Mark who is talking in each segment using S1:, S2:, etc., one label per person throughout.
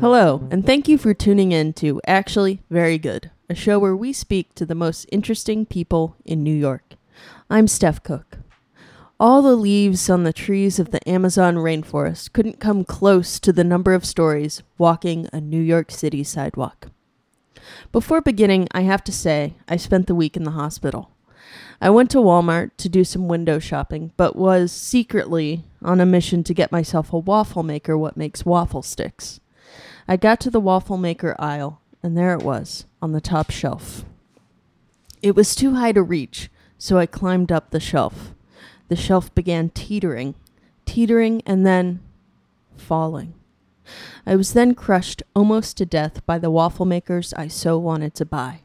S1: Hello, and thank you for tuning in to Actually Very Good, a show where we speak to the most interesting people in New York. I'm Steph Cook. All the leaves on the trees of the Amazon rainforest couldn't come close to the number of stories walking a New York City sidewalk. Before beginning, I have to say I spent the week in the hospital. I went to Walmart to do some window shopping, but was secretly on a mission to get myself a waffle maker what makes waffle sticks. I got to the waffle maker aisle, and there it was on the top shelf. It was too high to reach, so I climbed up the shelf. The shelf began teetering, teetering, and then falling. I was then crushed almost to death by the waffle makers I so wanted to buy.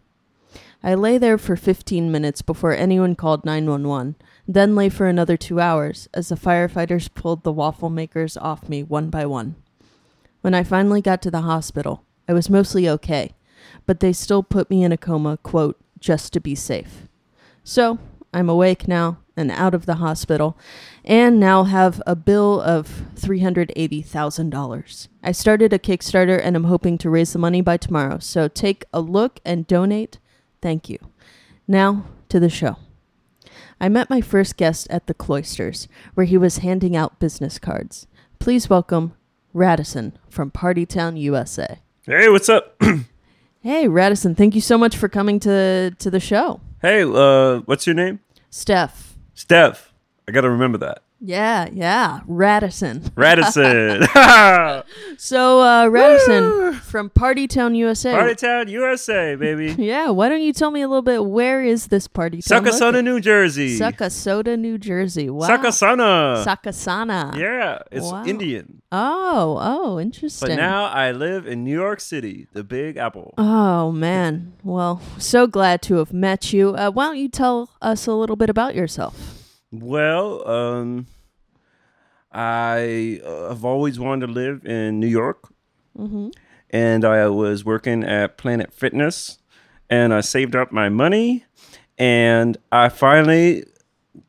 S1: I lay there for 15 minutes before anyone called 911, then lay for another two hours as the firefighters pulled the waffle makers off me one by one. When I finally got to the hospital, I was mostly okay, but they still put me in a coma, quote, just to be safe. So I'm awake now and out of the hospital, and now have a bill of $380,000. I started a Kickstarter and I'm hoping to raise the money by tomorrow, so take a look and donate. Thank you. Now to the show. I met my first guest at the Cloisters, where he was handing out business cards. Please welcome Radisson from Partytown, USA.
S2: Hey, what's up?
S1: Hey, Radisson, thank you so much for coming to, to the show.
S2: hey, uh, what's your name?
S1: Steph.
S2: Steph. I gotta remember that.
S1: Yeah, yeah, Radisson.
S2: Radisson. Party
S1: So, uh, Radisson from Partytown, USA.
S2: Town, USA, baby.
S1: yeah, why don't you tell me a little bit where is this Partytown?
S2: Sakasana, New Jersey.
S1: Sakasota, New Jersey. Wow.
S2: Sakasana.
S1: Sakasana.
S2: yeah, it's
S1: Wow.
S2: Indian.
S1: Oh, oh,
S2: But
S1: interesting.
S2: now I live in New York City, the Big Apple.
S1: oh, man. Well, so glad to have met you. Uh, why don't you tell us a little bit about yourself?
S2: Well, um, I uh, have always wanted to live in New York, and I was working at Planet Fitness, and I saved up my money, and I finally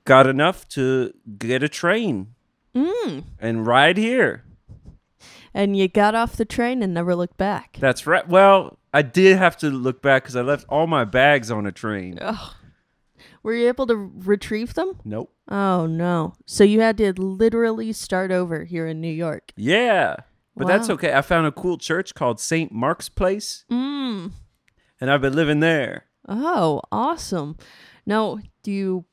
S2: got enough to get a train and ride here.
S1: And you got off the train and never looked back.
S2: That's right. Well, I did have to look back because I left all my bags on a train.
S1: Were you able to retrieve them?
S2: Nope.
S1: Oh no. So you had to literally start over here in New York.
S2: Yeah. But that's
S1: Wow.
S2: okay. I found a cool church called St. Mark's Place. Mm. And I've been living there.
S1: Oh, awesome. Now, do you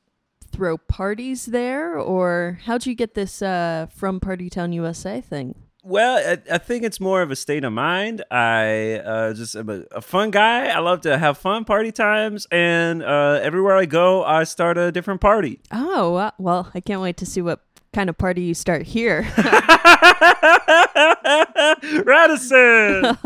S1: throw parties there or how'd you get this uh from Party Town USA thing?
S2: Well, I, I think it's more of a state of mind. I uh, just am a, a fun guy. I love to have fun, party times, and uh, everywhere I go, I start a different party.
S1: Oh, uh, well, I can't wait to see what kind of party you start here.
S2: Radisson.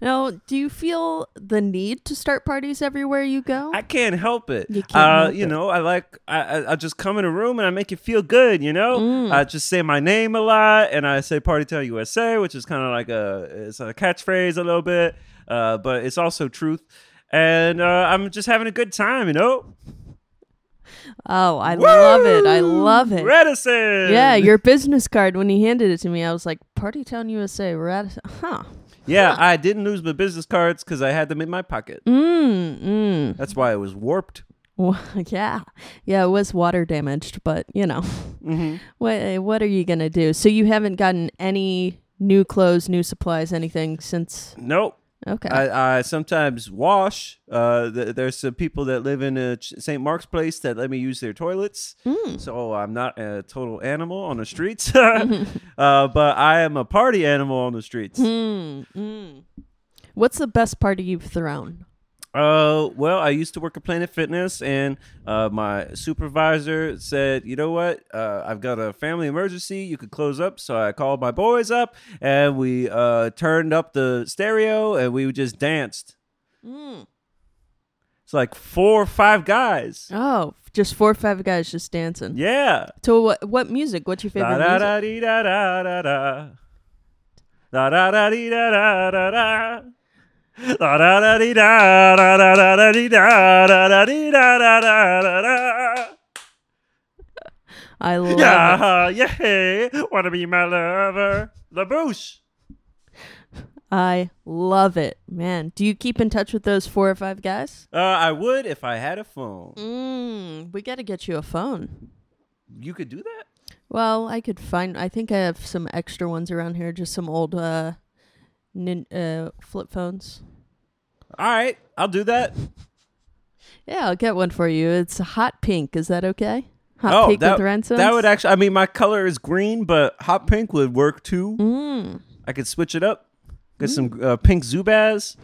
S1: now, do you feel the need to start parties everywhere you go?
S2: I can't help it.
S1: You can't
S2: uh,
S1: help
S2: you
S1: it.
S2: know, I like. I, I I just come in a room and I make you feel good. You know,
S1: Mm.
S2: I just say my name a lot and I say "Party Town USA," which is kind of like a it's a catchphrase a little bit, uh, but it's also truth. And uh, I'm just having a good time. You know.
S1: oh, I love it. I love it.
S2: Radisson.
S1: Yeah, your business card when he handed it to me, I was like, Party Town USA, Radisson. Huh.
S2: yeah. I didn't lose my business cards because I had them in my pocket.
S1: Mm, mm.
S2: That's why it was warped.
S1: Well, yeah, yeah, it was water damaged, but you know,
S2: Mm-hmm.
S1: what eh, what are you gonna do? So you haven't gotten any new clothes, new supplies, anything since?
S2: Nope.
S1: Okay,
S2: I, I sometimes wash. Uh, th- there's some people that live in uh, Ch- St. Mark's Place that let me use their toilets, so I'm not a total animal on the streets. uh, but I am a party animal on the streets.
S1: Hmm. mm. what's the best party you've thrown?
S2: Uh, well, I used to work at Planet Fitness, and uh, my supervisor said, "You know what? Uh, I've got a family emergency. You could close up." So I called my boys up, and we uh, turned up the stereo, and we just danced.
S1: Mm.
S2: It's like four or five guys.
S1: Oh, just four or five guys just dancing.
S2: Yeah.
S1: So what? What music? What's your favorite
S2: Da
S1: music?
S2: da da dee da da da da. Da da da dee da da da da. Da da da dee da da da da da dee da da da dee da da da da da.
S1: I love. it.
S2: Yeah, yeah, wanna be my lover, LaBouche.
S1: I love it, man. Do you keep in touch with those four or five guys?
S2: Uh, I would if I had a phone.
S1: Mm, we got to get you a phone.
S2: You could do that.
S1: Well, I could find. I think I have some extra ones around here, just some old uh, nin, uh flip phones.
S2: All right, I'll do that.
S1: Yeah, I'll get one for you. It's hot pink. Is that okay? Hot
S2: oh,
S1: pink
S2: that,
S1: with ransoms.
S2: that would actually. I mean, my color is green, but hot pink would work too.
S1: Mm,
S2: I could switch it up. Get some uh, pink Zubaz.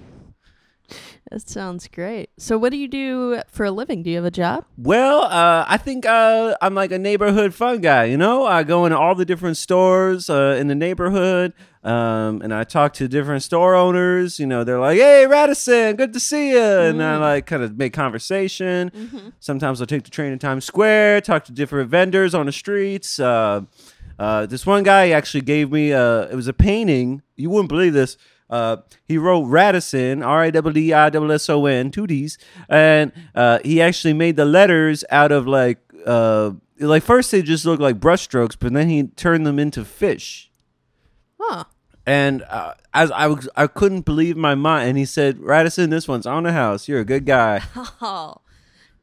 S1: that sounds great. So, what do you do for a living? Do you have a job?
S2: Well, uh, I think uh, I'm like a neighborhood fun guy. You know, I go into all the different stores uh, in the neighborhood, um, and I talk to different store owners. You know, they're like, "Hey, Radisson, good to see you," and I like kind of make conversation. Sometimes I'll take the train in Times Square, talk to different vendors on the streets. Uh, uh, this one guy actually gave me uh, it was a painting. You wouldn't believe this. Uh, he wrote Radisson, R A D D I S S O N, two D's, and uh, he actually made the letters out of like uh, like first they just looked like brushstrokes, but then he turned them into fish.
S1: Huh.
S2: And uh, as I was, I couldn't believe my mind. And he said, "Radisson, this one's on the house. You're a good guy."
S1: Oh,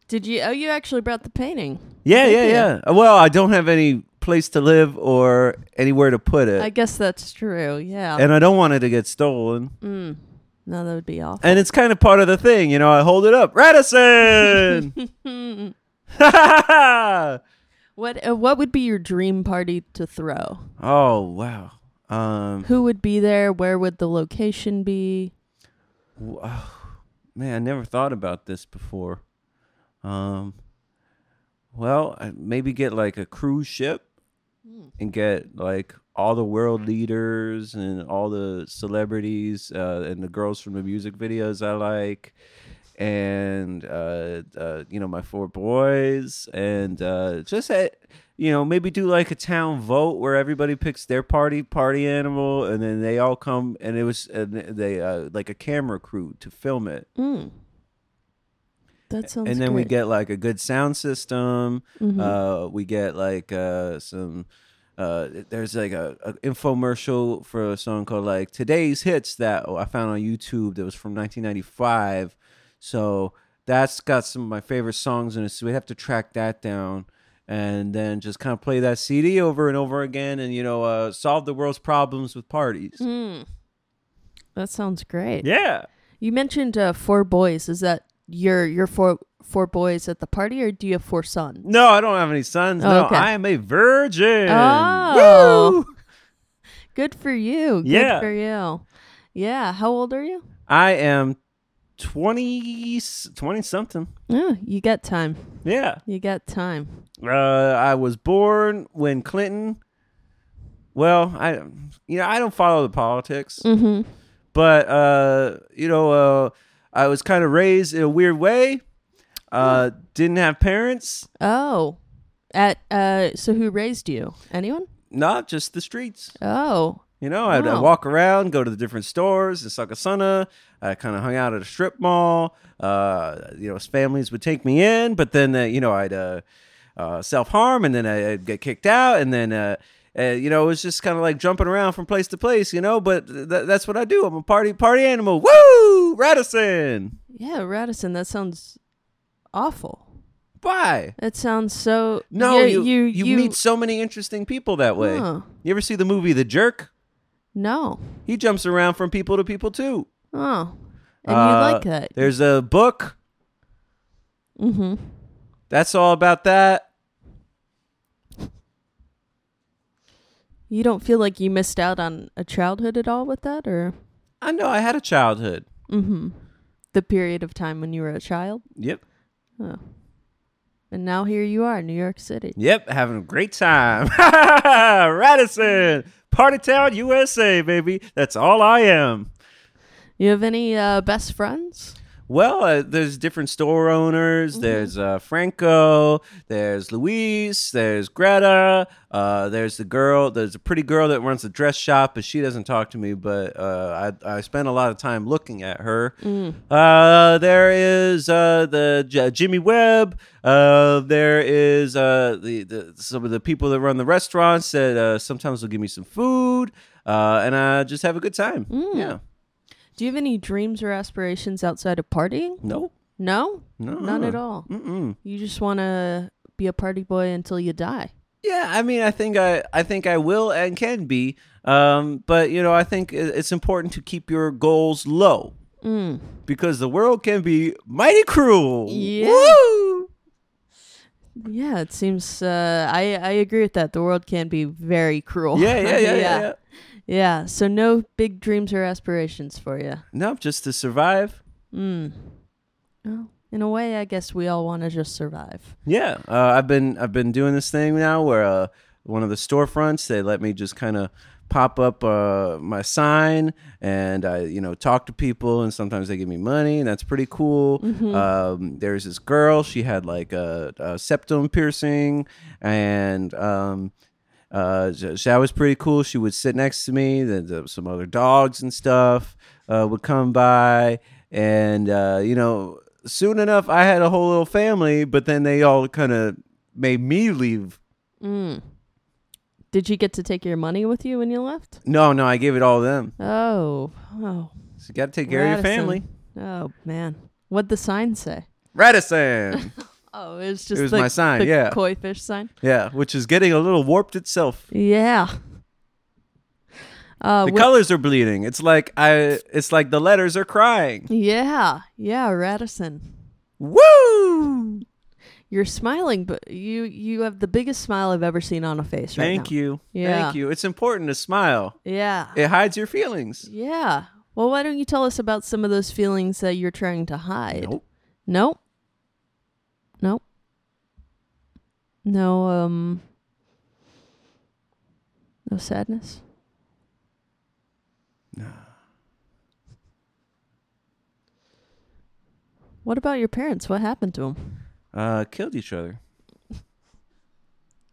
S1: did you? Oh, you actually brought the painting.
S2: Yeah,
S1: Thank
S2: yeah,
S1: you.
S2: yeah. Uh, Well, I don't have any place to live or anywhere to put it,
S1: I guess that's true. Yeah. Mm.
S2: and I don't want it to get stolen.
S1: no, that would be awful.
S2: And it's kind of part of the thing, you know. I hold it up, Radisson.
S1: What uh, What would be your dream party to throw?
S2: oh wow. Um,
S1: Who would be there? Where would the location be?
S2: oh, man, I never thought about this before. Um, well, I maybe get like a cruise ship
S1: Mm.
S2: and get like all the world leaders and all the celebrities uh, and the girls from the music videos I like, and uh, uh, you know my four boys, and uh, just at, you know maybe do like a town vote where everybody picks their party party animal, and then they all come and it was and they uh, like a camera crew to film it
S1: Mm. That sounds.
S2: and then we
S1: great. Mm-hmm.
S2: get like a good sound system uh, we get like uh, some uh, there's like a, a infomercial for a song called like today's hits that i found on youtube that was from 1995 so that's got some of my favorite songs in it so we have to track that down and then just kind of play that cd over and over again and you know uh, solve the world's problems with parties
S1: Mm. That sounds great.
S2: yeah
S1: You mentioned uh, four boys. Is that your your four four boys at the party, or do you have four sons?
S2: no i don't have any sons
S1: Oh,
S2: no
S1: okay.
S2: i am a virgin
S1: Oh. Good for you. Good
S2: Yeah.
S1: for you. Yeah. How old are you?
S2: I am 20, 20 something.
S1: Oh, you got time.
S2: Yeah.
S1: You got time.
S2: Uh, I was born when Clinton. Well, I you know I don't follow the politics, but uh, you know uh, I was kind of raised in a weird way. Uh, didn't have parents,
S1: Oh, at uh, so who raised you? Anyone?
S2: not just the streets.
S1: Oh,
S2: You know, I'd, I'd
S1: Wow.
S2: walk around, go to the different stores in Sakasana. I kind of hung out at a strip mall. Uh, you know, families would take me in, but then, uh, you know, I'd uh, uh, self harm and then I- I'd get kicked out. And then, uh, uh, you know, it was just kind of like jumping around from place to place, you know, but th- th- that's what I do. I'm a party party animal. Woo! Radisson!
S1: yeah, Radisson. That sounds awful.
S2: Why?
S1: That sounds so.
S2: No,
S1: you
S2: you,
S1: you, you-
S2: meet so many interesting people that way.
S1: Huh.
S2: You ever see the movie The Jerk?
S1: no.
S2: He jumps around from people to people too.
S1: Oh, and you
S2: Uh,
S1: like that?
S2: There's a book.
S1: Mm-hmm.
S2: That's all about that.
S1: You don't feel like you missed out on a childhood at all with that, or
S2: I know I had a childhood.
S1: the period of time when you were a child,
S2: Yep.
S1: and now here you are, in New York City.
S2: Yep. Having a great time. Radisson, Party Town, USA, baby. That's all I am.
S1: You have any uh, best friends?
S2: Well, uh, there's different store owners.
S1: Mm-hmm.
S2: There's uh, Franco. There's Luis. There's Greta. Uh, there's the girl. There's a pretty girl that runs the dress shop, but she doesn't talk to me. But uh, I I spend a lot of time looking at her.
S1: Mm.
S2: Uh, there is uh, the J- Jimmy Webb. Uh, there is uh, the, the some of the people that run the
S1: Mm.
S2: restaurants that uh, sometimes will give me some food, uh, and I just have a good time. Yeah.
S1: Do you have any dreams or aspirations outside of partying?
S2: No,
S1: No?
S2: no,
S1: None at all.
S2: Mm-mm.
S1: You just want to be a party boy until you die.
S2: Yeah, I mean, I think I, I think I will and can be, um, but you know, I think i- it's important to keep your goals low
S1: Mm.
S2: because the world can be mighty cruel.
S1: Yeah.
S2: Woo!
S1: Yeah, it seems uh, I I agree with that. The world can be very cruel.
S2: Yeah, yeah, yeah, yeah, yeah.
S1: Yeah, so no big dreams or aspirations for you.
S2: No, just to survive.
S1: Mm. Well, Oh. in a way, I guess we all want to just survive.
S2: Yeah, uh, I've been I've been doing this thing now where uh, one of the storefronts they let me just kind of pop up uh, my sign and I you know talk to people and sometimes they give me money and that's pretty cool. Um, there's this girl she had like a, a septum piercing and um, uh, sh- that was pretty cool. She would sit next to me. Then the, some other dogs and stuff uh, would come by, and uh, you know, soon enough, I had a whole little family. But then they all kind of made me leave.
S1: Mm. Did you get to take your money with you when you left?
S2: No, no, I gave it all to them.
S1: Oh, oh,
S2: So you got to take care of your family.
S1: Radisson. Oh man, what'd the sign say?
S2: Radisson,
S1: Oh, it was just
S2: was
S1: the,
S2: my sign,
S1: the
S2: yeah.
S1: koi fish sign.
S2: yeah, which is getting a little warped itself.
S1: Yeah. Uh,
S2: The
S1: wh-
S2: colors are bleeding. It's like I. It's like the letters are crying.
S1: yeah, yeah, Radisson.
S2: Woo!
S1: You're smiling, but you you have the biggest smile I've ever seen on a face right
S2: Thank
S1: now.
S2: you.
S1: Yeah.
S2: Thank you. It's important to smile.
S1: Yeah.
S2: It hides your feelings.
S1: Yeah. Well, why don't you tell us about some of those feelings that you're trying to hide?
S2: Nope.
S1: Nope. Nope. No, um, no sadness. What about your parents? What happened to them?
S2: Uh, killed each other.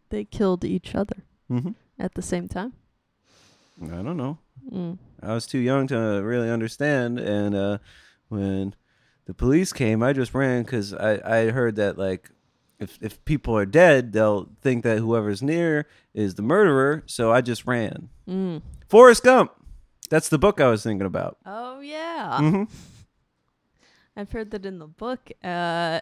S1: They killed each other
S2: Mhm.
S1: at the same time.
S2: I don't know.
S1: Mm.
S2: I was too young to really understand. And uh, when the police came, I just ran because I, I heard that like if if people are dead, they'll think that whoever's near is the murderer. So I just ran.
S1: Mm.
S2: Forrest Gump. That's the book I was thinking about.
S1: Oh yeah.
S2: Mhm.
S1: I've heard that in the book, uh,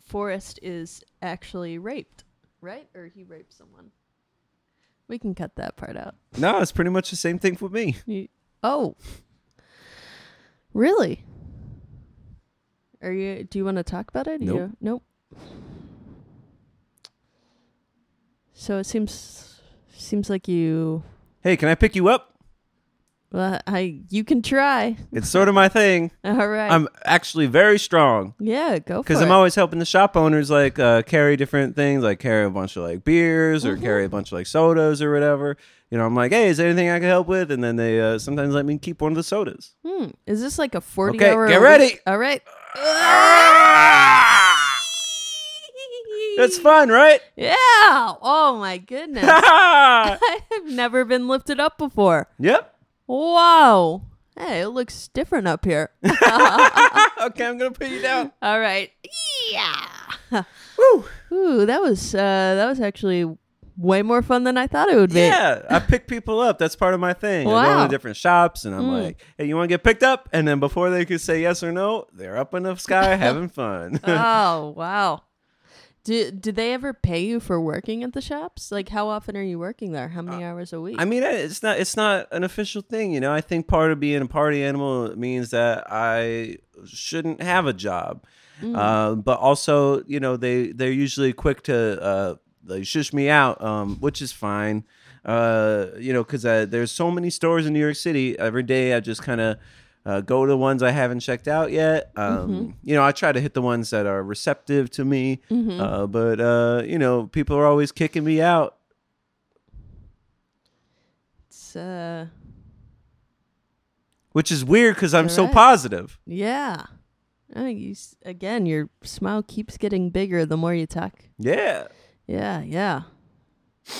S1: Forrest is actually raped, right? Or he raped someone. We can cut that part out.
S2: No, it's pretty much the same thing for me.
S1: You- oh, really? Are you? Do you want to talk about it?
S2: Nope.
S1: You- nope. So it seems seems like you.
S2: Hey, can I pick you up?
S1: Well, I you can try.
S2: It's sort of my thing.
S1: All right.
S2: I'm actually very strong.
S1: yeah, go for
S2: Because
S1: it.
S2: I'm always helping the shop owners like uh, carry different things, like carry a bunch of like beers or carry a bunch of like sodas or whatever. You know, I'm like, hey, is there anything I can help with? And then they uh, sometimes let me keep one of the sodas.
S1: Hmm. Is this like a 40
S2: Okay,
S1: hour?
S2: get
S1: a week-
S2: ready.
S1: All right.
S2: That's fun, right?
S1: Yeah. Oh my goodness. I have never been lifted up before.
S2: yep.
S1: Wow. Hey, it looks different up here.
S2: okay, I'm gonna put you down.
S1: All right. Yeah.
S2: Woo.
S1: Ooh, that was uh that was actually way more fun than I thought it would be.
S2: Yeah, I pick people up. That's part of my thing. I go
S1: Wow.
S2: to different shops and I'm
S1: Mm.
S2: like, hey, you want to get picked up? And then before they could say yes or no, they're up in the sky having fun.
S1: oh, wow. Do, do they ever pay you for working at the shops? Like, how often are you working there? How many hours a week?
S2: I mean, it's not it's not an official thing, you know. I think part of being a party animal means that I shouldn't have a job, Uh, but also, you know, they they're usually quick to uh, they shush me out, um, which is fine, uh, you know, because there's so many stores in New York City. Every day, I just kind of. Uh, go to the ones I haven't checked out yet. Um, You know, I try to hit the ones that are receptive to me, uh, but uh, you know, people are always kicking me out.
S1: It's, uh,
S2: which is weird because I'm so
S1: Alright.
S2: positive.
S1: yeah. Oh, you s- again. Your smile keeps getting bigger the more you talk.
S2: Yeah.
S1: Yeah, yeah.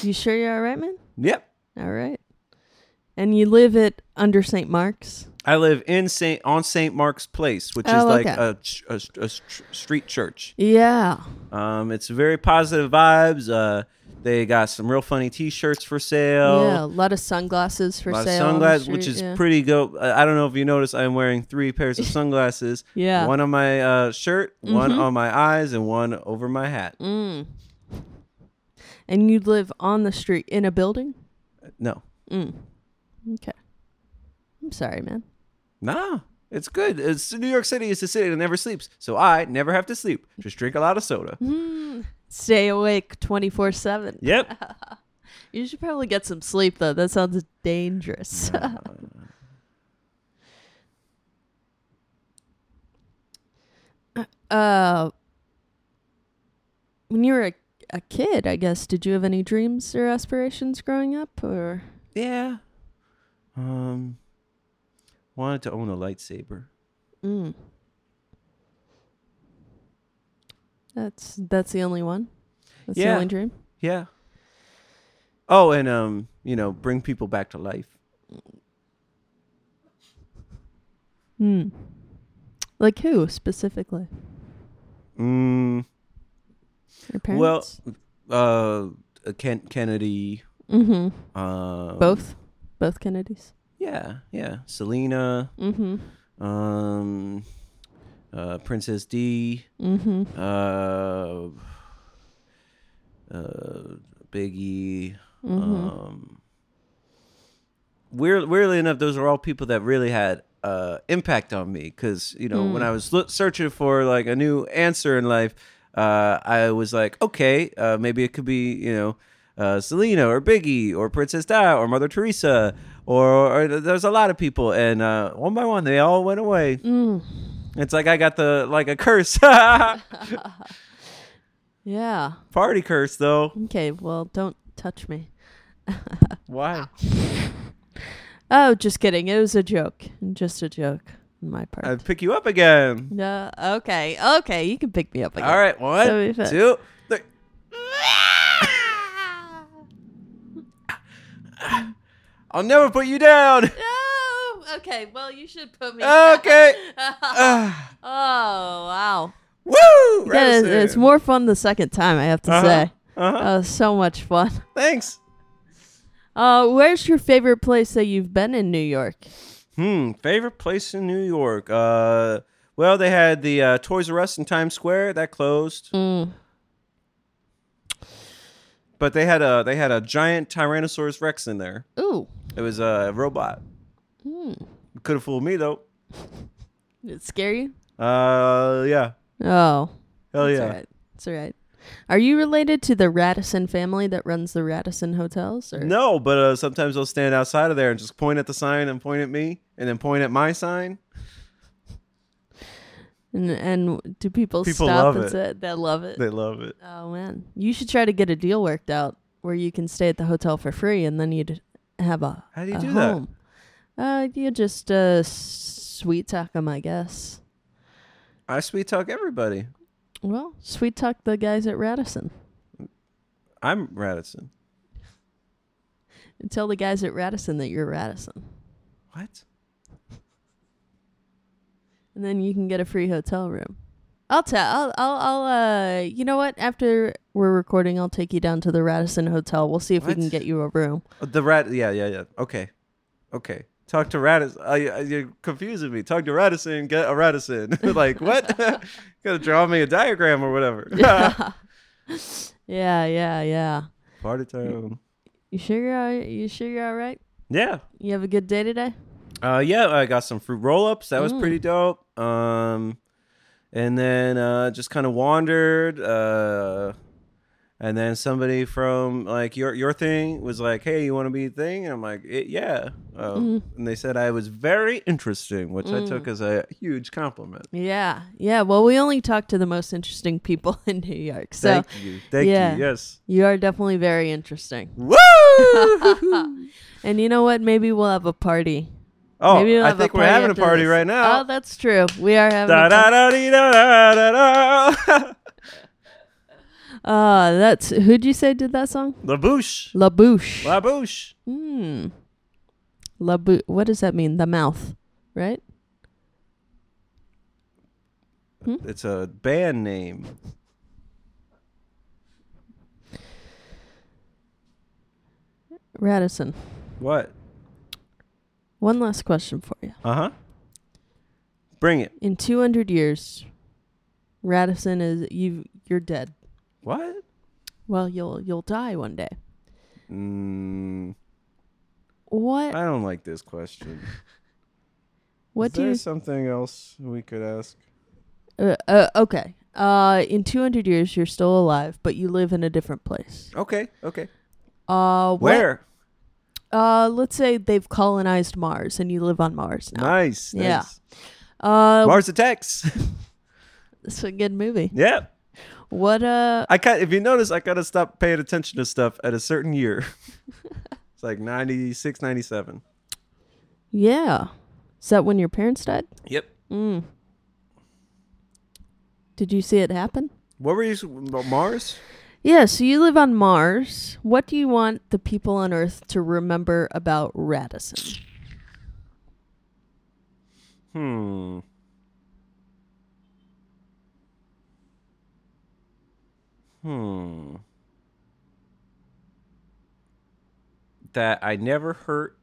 S1: You sure you're all right, man?
S2: Yep.
S1: All right. And you live at under St. Mark's.
S2: I live in Saint on Saint Mark's Place, which is
S1: Oh,
S2: like
S1: okay.
S2: a ch- a, st- a, st- street church.
S1: Yeah.
S2: Um, it's very positive vibes. Uh, They got some real funny T-shirts for sale.
S1: yeah, a lot of sunglasses for
S2: a lot of
S1: sale. on the
S2: sunglasses,
S1: street,
S2: which is
S1: yeah.
S2: pretty go. I I don't know if you noticed, I'm wearing three pairs of sunglasses.
S1: Yeah. Mm-hmm.
S2: One on my uh, shirt, one on my eyes, and one over my hat.
S1: Mm. And you live on the street in a building?
S2: No.
S1: Mm. Okay. I'm sorry, man.
S2: Nah. It's good. It's New York City is a city that never sleeps, so I never have to sleep. Just drink a lot of soda.
S1: Stay awake 24 7.
S2: Yep.
S1: You should probably get some sleep, though. That sounds dangerous. uh, when you were a, a kid, I guess, did you have any dreams or aspirations growing up? Or
S2: Yeah. Um. Wanted to own a lightsaber.
S1: Mm. that's that's the only one. That's the
S2: Yeah.
S1: only dream.
S2: Yeah. Oh, and um, you know, bring people back to life.
S1: Hmm. Like who specifically?
S2: Mm.
S1: Your parents?
S2: Well, uh, Kent Kennedy.
S1: hmm
S2: Um,
S1: both, both Kennedys.
S2: Yeah, yeah. Selena,
S1: Mm-hmm.
S2: um, uh, Princess D,
S1: Mm-hmm.
S2: uh, uh, Biggie.
S1: Mm-hmm.
S2: Um, weird, weirdly enough, those are all people that really had uh, impact on me because you know when I was lo- searching for like a new answer in life, uh, I was like, okay, uh, maybe it could be you know. Uh, Selena or Biggie or Princess Di or Mother Teresa or, or there's a lot of people and uh, one by one they all went away. It's like I got the like a curse,
S1: Yeah.
S2: party curse though.
S1: Okay. Well, don't touch me.
S2: Why?
S1: Oh, just kidding. It was a joke. Just a joke on my part.
S2: I pick you up again.
S1: No. Okay. Okay. You can pick me up again.
S2: All right, one,
S1: That'll be fun.
S2: two, three. I'll never put you down.
S1: No. Okay. Well, you should put me.
S2: Okay.
S1: oh
S2: Ah,
S1: wow.
S2: woo!
S1: Yeah, it's, it's more fun the second time. I have to say.
S2: Uh-huh.
S1: That was so much fun.
S2: Thanks.
S1: Uh, where's your favorite place that you've been in New York?
S2: Hmm. Favorite place in New York? Uh, well, they had the uh, Toys R Us in Times Square that closed,
S1: Mm.
S2: but they had a they had a giant Tyrannosaurus Rex in there.
S1: Ooh.
S2: It was a robot.
S1: Hmm.
S2: Could have fooled me though.
S1: Did it scare you?
S2: Uh, yeah.
S1: Oh.
S2: Hell
S1: It's
S2: yeah.
S1: alright. It's all right. Are you related to the Radisson family that runs the Radisson hotels? Or?
S2: No, but uh, sometimes they'll stand outside of there and just point at the sign and point at me and then point at my sign.
S1: And, and do people,
S2: People
S1: stop
S2: love
S1: and
S2: it.
S1: say they love it?
S2: They love it.
S1: oh man, you should try to get a deal worked out where you can stay at the hotel for free, and then you'd have a
S2: How do you
S1: a
S2: do that?
S1: home. Uh, you just uh sweet talk 'em, I guess.
S2: I sweet talk everybody.
S1: Well, sweet talk the guys at Radisson.
S2: I'm Radisson.
S1: And tell the guys at Radisson that you're Radisson,
S2: What?
S1: and then you can get a free hotel room. I'll tell. I'll. I'll. I'll uh. You know what? After we're recording, I'll take you down to the Radisson Hotel. We'll see if we
S2: What?
S1: can get you a room.
S2: Oh, The rat. Yeah, yeah, yeah. Okay. Okay. Talk to Radisson. Uh, you- uh, you're confusing me. Talk to Radisson. Get a Radisson. like, what? Gotta draw me a diagram or whatever.
S1: Yeah. Yeah. Yeah.
S2: Party time.
S1: You sure you're all, you sure you're all right?
S2: Yeah.
S1: You have a good day today?
S2: Uh, yeah, I got some fruit roll ups. That
S1: Mm.
S2: was pretty dope. Um, and then uh, just kind of wandered. Uh, and then somebody from like your your thing was like, "Hey, you want to be a thing?" And I'm like, "Eh, "Yeah." Uh,
S1: Mm.
S2: And they said I was very interesting, which I took as a huge compliment.
S1: Yeah. Yeah. Well, we only talk to the most interesting people in New York. So
S2: Thank you, thank
S1: yeah.
S2: you. Yes.
S1: you are definitely very interesting.
S2: Woo!
S1: And you know what? Maybe we'll have a party.
S2: oh,
S1: Maybe we'll
S2: I
S1: have
S2: think
S1: a
S2: we're
S1: party
S2: having a
S1: after
S2: party
S1: this.
S2: right
S1: Oh,
S2: now.
S1: that's true. We are having
S2: Da
S1: a party.
S2: da da dee da da da da.
S1: Oh, that's who'd you say did that song?
S2: La bouche,
S1: La Bouche.
S2: la bouche.
S1: Hmm. La Bou- What does that mean? The mouth, right?
S2: It's a band name.
S1: Radisson,
S2: What?
S1: one last question for you.
S2: Uh huh. Bring it.
S1: In 200 years, Radisson is you you're dead.
S2: What?
S1: Well, you'll you'll die one day.
S2: Mm,
S1: What
S2: I don't like this question.
S1: what
S2: Is
S1: do
S2: there
S1: you
S2: something else we could ask?
S1: uh, uh, okay. Uh in 200 years you're still alive, but you live in a different place.
S2: Okay. Okay.
S1: Uh what-
S2: Where?
S1: Uh let's say they've colonized Mars and you live on Mars now.
S2: Nice.
S1: Yeah.
S2: nice.
S1: Uh
S2: Mars Attacks.
S1: it's a good movie.
S2: yeah.
S1: What uh
S2: I kind if you notice, I gotta stop paying attention to stuff at a certain year. it's like 96, 97.
S1: yeah. Is that when your parents died?
S2: Yep.
S1: Mm. Did you see it happen?
S2: What were you s- Mars?
S1: Yeah, so you live on Mars. What do you want the people on Earth to remember about Radisson?
S2: Hmm. Hmm. That I never hurt.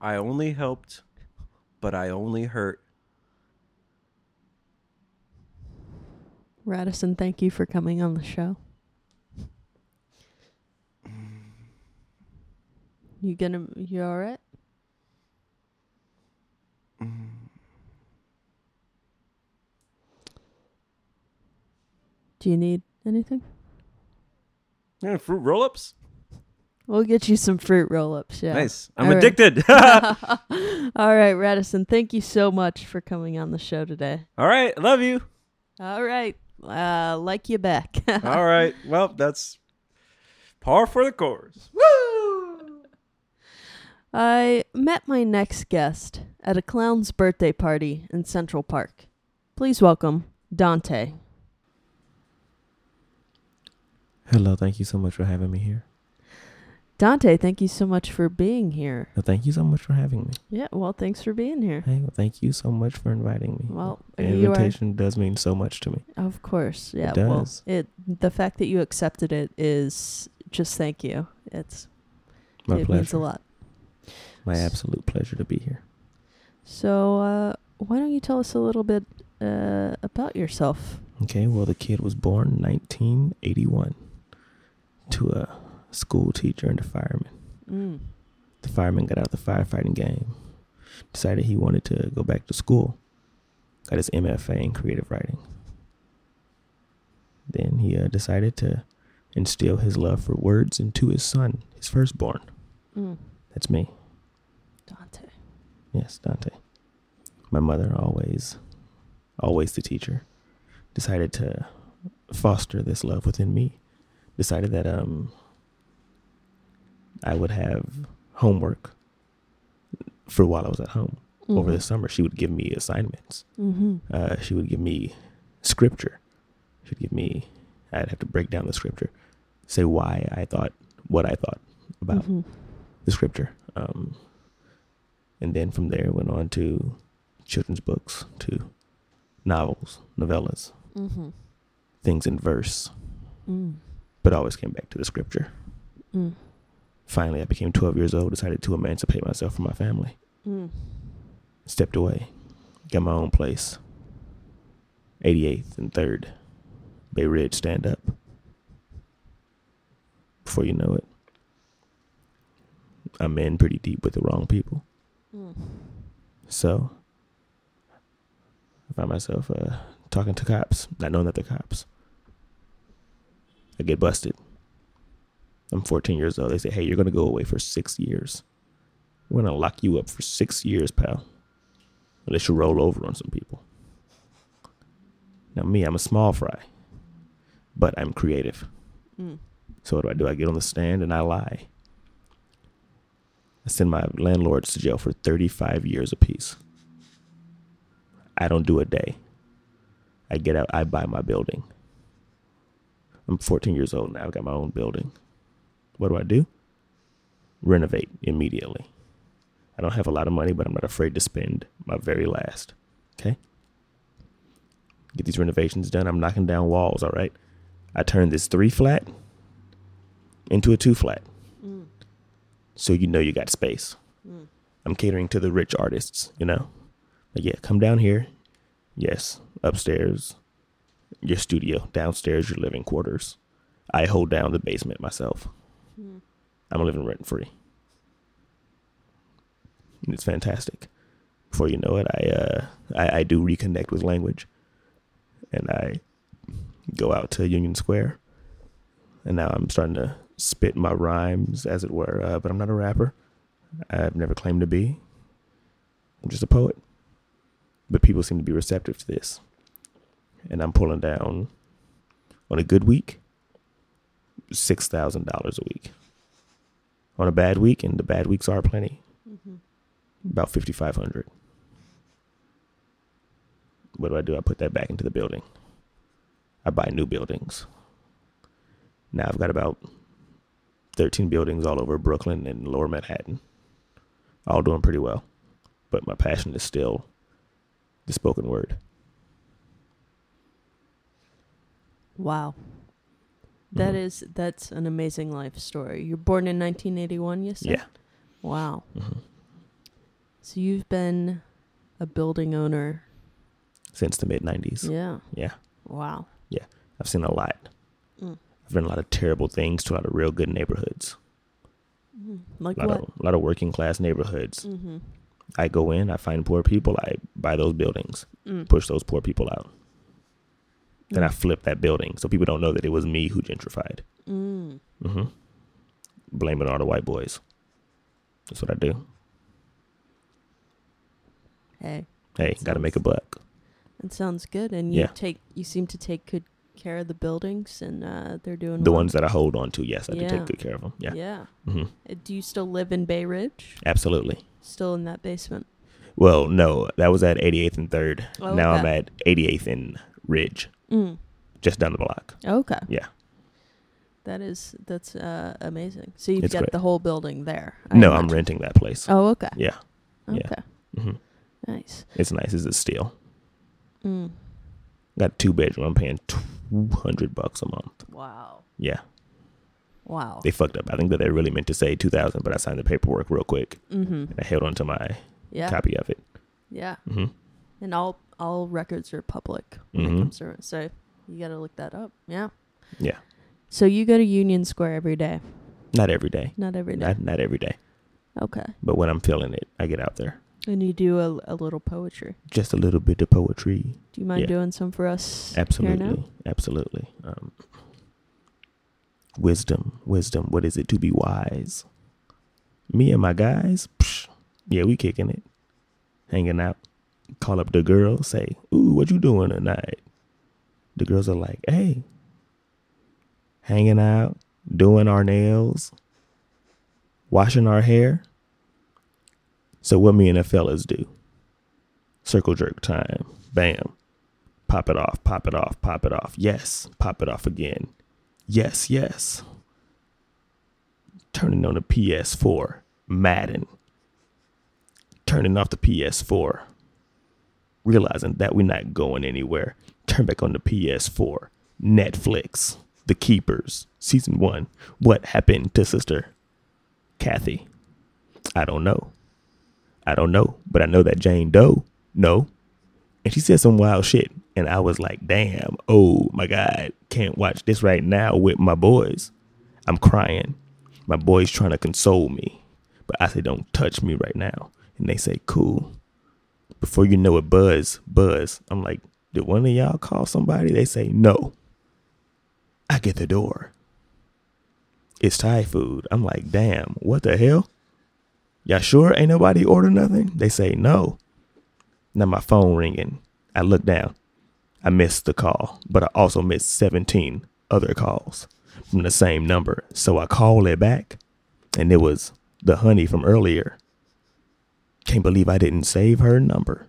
S2: I only helped, but I only hurt.
S1: Radisson, thank you for coming on the show. You gonna you all right? Do you need anything?
S2: Yeah, fruit roll ups.
S1: We'll get you some fruit roll ups. Yeah.
S2: Nice. I'm
S1: All right.
S2: addicted.
S1: All right, Radisson, thank you so much for coming on the show today.
S2: All right. Love you.
S1: All right. Uh, like you back.
S2: All right. Well, that's par for the course.
S1: I met my next guest at a clown's birthday party in Central Park. Please welcome Dante.
S3: Hello, thank you so much for having me here.
S1: Dante, thank you so much for being here.
S3: No, thank you so much for having me.
S1: Yeah, well, thanks for being here.
S3: Hey, well, thank you so much for inviting me.
S1: Well,
S3: the
S1: you are,
S3: invitation does mean so much to me.
S1: of course. Yeah,
S3: It
S1: well,
S3: does.
S1: it the fact that you accepted it is just thank you. It's
S3: My
S1: it
S3: pleasure.
S1: means a lot.
S3: My absolute pleasure to be here.
S1: So, uh, why don't you tell us a little bit uh, about yourself?
S3: Okay, well, the kid was born 1981 to a school teacher and a fireman.
S1: Mm.
S3: The fireman got out of the firefighting game, decided he wanted to go back to school, got his MFA in creative writing. Then he uh, decided to instill his love for words into his son, his firstborn.
S1: Mm.
S3: That's me.
S1: Dante.
S3: Yes, Dante. My mother, always, always the teacher, decided to foster this love within me. Decided that um, I would have homework for while I was at home over the summer. She would give me assignments.
S1: Mm-hmm.
S3: Uh, she would give me scripture. She'd give me. I'd have to break down the scripture, say why I thought what I thought about
S1: Mm-hmm.
S3: the scripture. Um, and then from there went on to children's books, to novels, novellas,
S1: Mm-hmm.
S3: things in verse,
S1: Mm.
S3: but always came back to the scripture.
S1: Mm.
S3: Finally, I became 12 years old, decided to emancipate myself from my family,
S1: Mm.
S3: stepped away, got my own place. 88th and 3rd, Bay Ridge, stand up. Before you know it, I'm in pretty deep with the wrong people.
S1: Mm.
S3: So I find myself uh, talking to cops, not knowing that they're cops. I get busted. I'm 14 years old. They say, hey, you're going to go away for six years. We're going to lock you up for six years, pal. Unless you roll over on some people. Now, me, I'm a small fry, but I'm creative.
S1: Mm.
S3: So what do I do? I get on the stand and I lie. I send my landlords to jail for 35 years apiece. I don't do a day. I get out, I buy my building. I'm 14 years old now. I've got my own building. What do I do? Renovate immediately. I don't have a lot of money, but I'm not afraid to spend my very last. Okay? Get these renovations done. I'm knocking down walls, all right? I turned this three flat into a two flat. so you know you got space. I'm catering to the rich artists, you know? Like, yeah, come down here. Yes, upstairs, your studio, downstairs, your living quarters. I hold down the basement myself. I'm living rent free. And it's fantastic. Before you know it, I, uh, I I do reconnect with language, and I go out to Union Square, and now I'm starting to spit my rhymes, as it were. Uh, but I'm not a rapper. I've never claimed to be. I'm just a poet. But people seem to be receptive to this, and I'm pulling down on a good week six thousand dollars a week. On a bad week, and the bad weeks are plenty, about fifty five hundred. What do I do? I put that back into the building. I buy new buildings. Now I've got about thirteen buildings all over Brooklyn and Lower Manhattan, all doing pretty well. But my passion is still the spoken word.
S1: Wow.
S3: Mm-hmm.
S1: That is that's an amazing life story. You're born in 1981, you said?
S3: Yeah, Mm-hmm.
S1: Wow. So you've been a building owner.
S3: since the mid nineties.
S1: Yeah.
S3: yeah.
S1: Wow.
S3: I've seen a lot.
S1: Mm.
S3: I've done a lot of terrible things to a lot of real good neighborhoods.
S1: Like
S3: A lot
S1: what?
S3: of a lot of working class neighborhoods.
S1: Mm-hmm.
S3: I go in, I find poor people, I buy those buildings,
S1: Mm.
S3: push those poor people out. Then I flip that building so people don't know that it was me who gentrified.
S1: Mm.
S3: Mm-hmm. Blame it on all the white boys. That's what I do.
S1: Hey,
S3: Hey, got to make a buck.
S1: that sounds good. And you
S3: Yeah.
S1: take you seem to take good care of the buildings, and uh, they're doing
S3: The
S1: well.
S3: ones that I hold on to, yes, I do
S1: Yeah.
S3: take good care of them. Yeah,
S1: Yeah.
S3: hmm
S1: Uh, Do you still live in Bay Ridge?
S3: absolutely.
S1: Still in that basement?
S3: Well, no, that was at 88th and 3rd.
S1: Oh,
S3: now
S1: okay.
S3: I'm at 88th and Ridge,
S1: Mm.
S3: just down the block.
S1: Okay.
S3: Yeah.
S1: That is that's uh, amazing. So you've
S3: It's
S1: got
S3: great.
S1: the whole building there. I
S3: no, I'm
S1: imagine.
S3: renting that place.
S1: Oh, okay.
S3: Yeah,
S1: Okay.
S3: yeah. hmm
S1: Nice.
S3: it's nice. It's a steal.
S1: Mm.
S3: Got two bedroom. I'm paying two hundred bucks a month.
S1: Wow.
S3: Yeah,
S1: Wow.
S3: they fucked up. I think that they really meant to say two thousand, but I signed the paperwork real quick
S1: mm-hmm.
S3: and I held on to my
S1: Yeah.
S3: copy of it.
S1: Yeah.
S3: hmm
S1: And all all records are public when
S3: Mhm.
S1: it comes to so you got to look that up. Yeah.
S3: Yeah,
S1: So you go to Union Square every day,
S3: not every day.
S1: not every day.
S3: Not not every day,
S1: okay.
S3: but when I'm feeling it, I get out there.
S1: And you do a, a little poetry.
S3: Just a little bit of poetry.
S1: Do you mind
S3: Yeah.
S1: doing some for us? Here now?
S3: Absolutely, absolutely. Um, wisdom, wisdom. What is it to be wise? Me and my guys, psh, yeah, we kicking it, hanging out. Call up the girl, say, "Ooh, what you doing tonight?" The girls are like, "Hey, hanging out, doing our nails, washing our hair." So what me and the fellas do? Circle jerk time. Bam pop it off, pop it off, pop it off. Yes, pop it off again. Yes, yes. Turning on the PS4, Madden. Turning off the PS4, realizing that we're not going anywhere. Turn back on the PS4, Netflix, The Keepers, Season 1. What happened to Sister Kathy? I don't know. I don't know, but I know that Jane Doe, no, and she said some wild shit. And I was like, damn, oh my God, can't watch this right now with my boys. I'm crying. My boys trying to console me. But I say, don't touch me right now. And they say, cool. Before you know it, buzz, buzz. I'm like, did one of y'all call somebody? They say, no. I get the door. It's Thai food. I'm like, damn, what the hell? Y'all sure ain't nobody order nothing? They say, no. Now my phone ringing. I look down. I missed the call, but I also missed 17 other calls from the same number. So I call it back, and it was the honey from earlier. Can't believe I didn't save her number.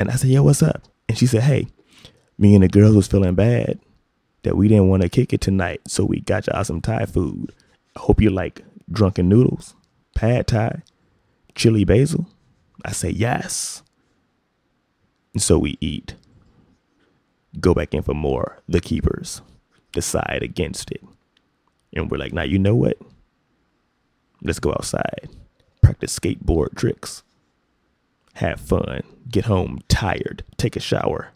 S3: And I said, Yo, what's up? And she said, Hey, me and the girls was feeling bad that we didn't want to kick it tonight, so we got y'all some Thai food. I hope you like drunken noodles, pad Thai, chili basil. I say yes. And so we eat. Go back in for more. The keepers decide against it. And we're like, now you know what? Let's go outside, practice skateboard tricks, have fun, get home tired, take a shower,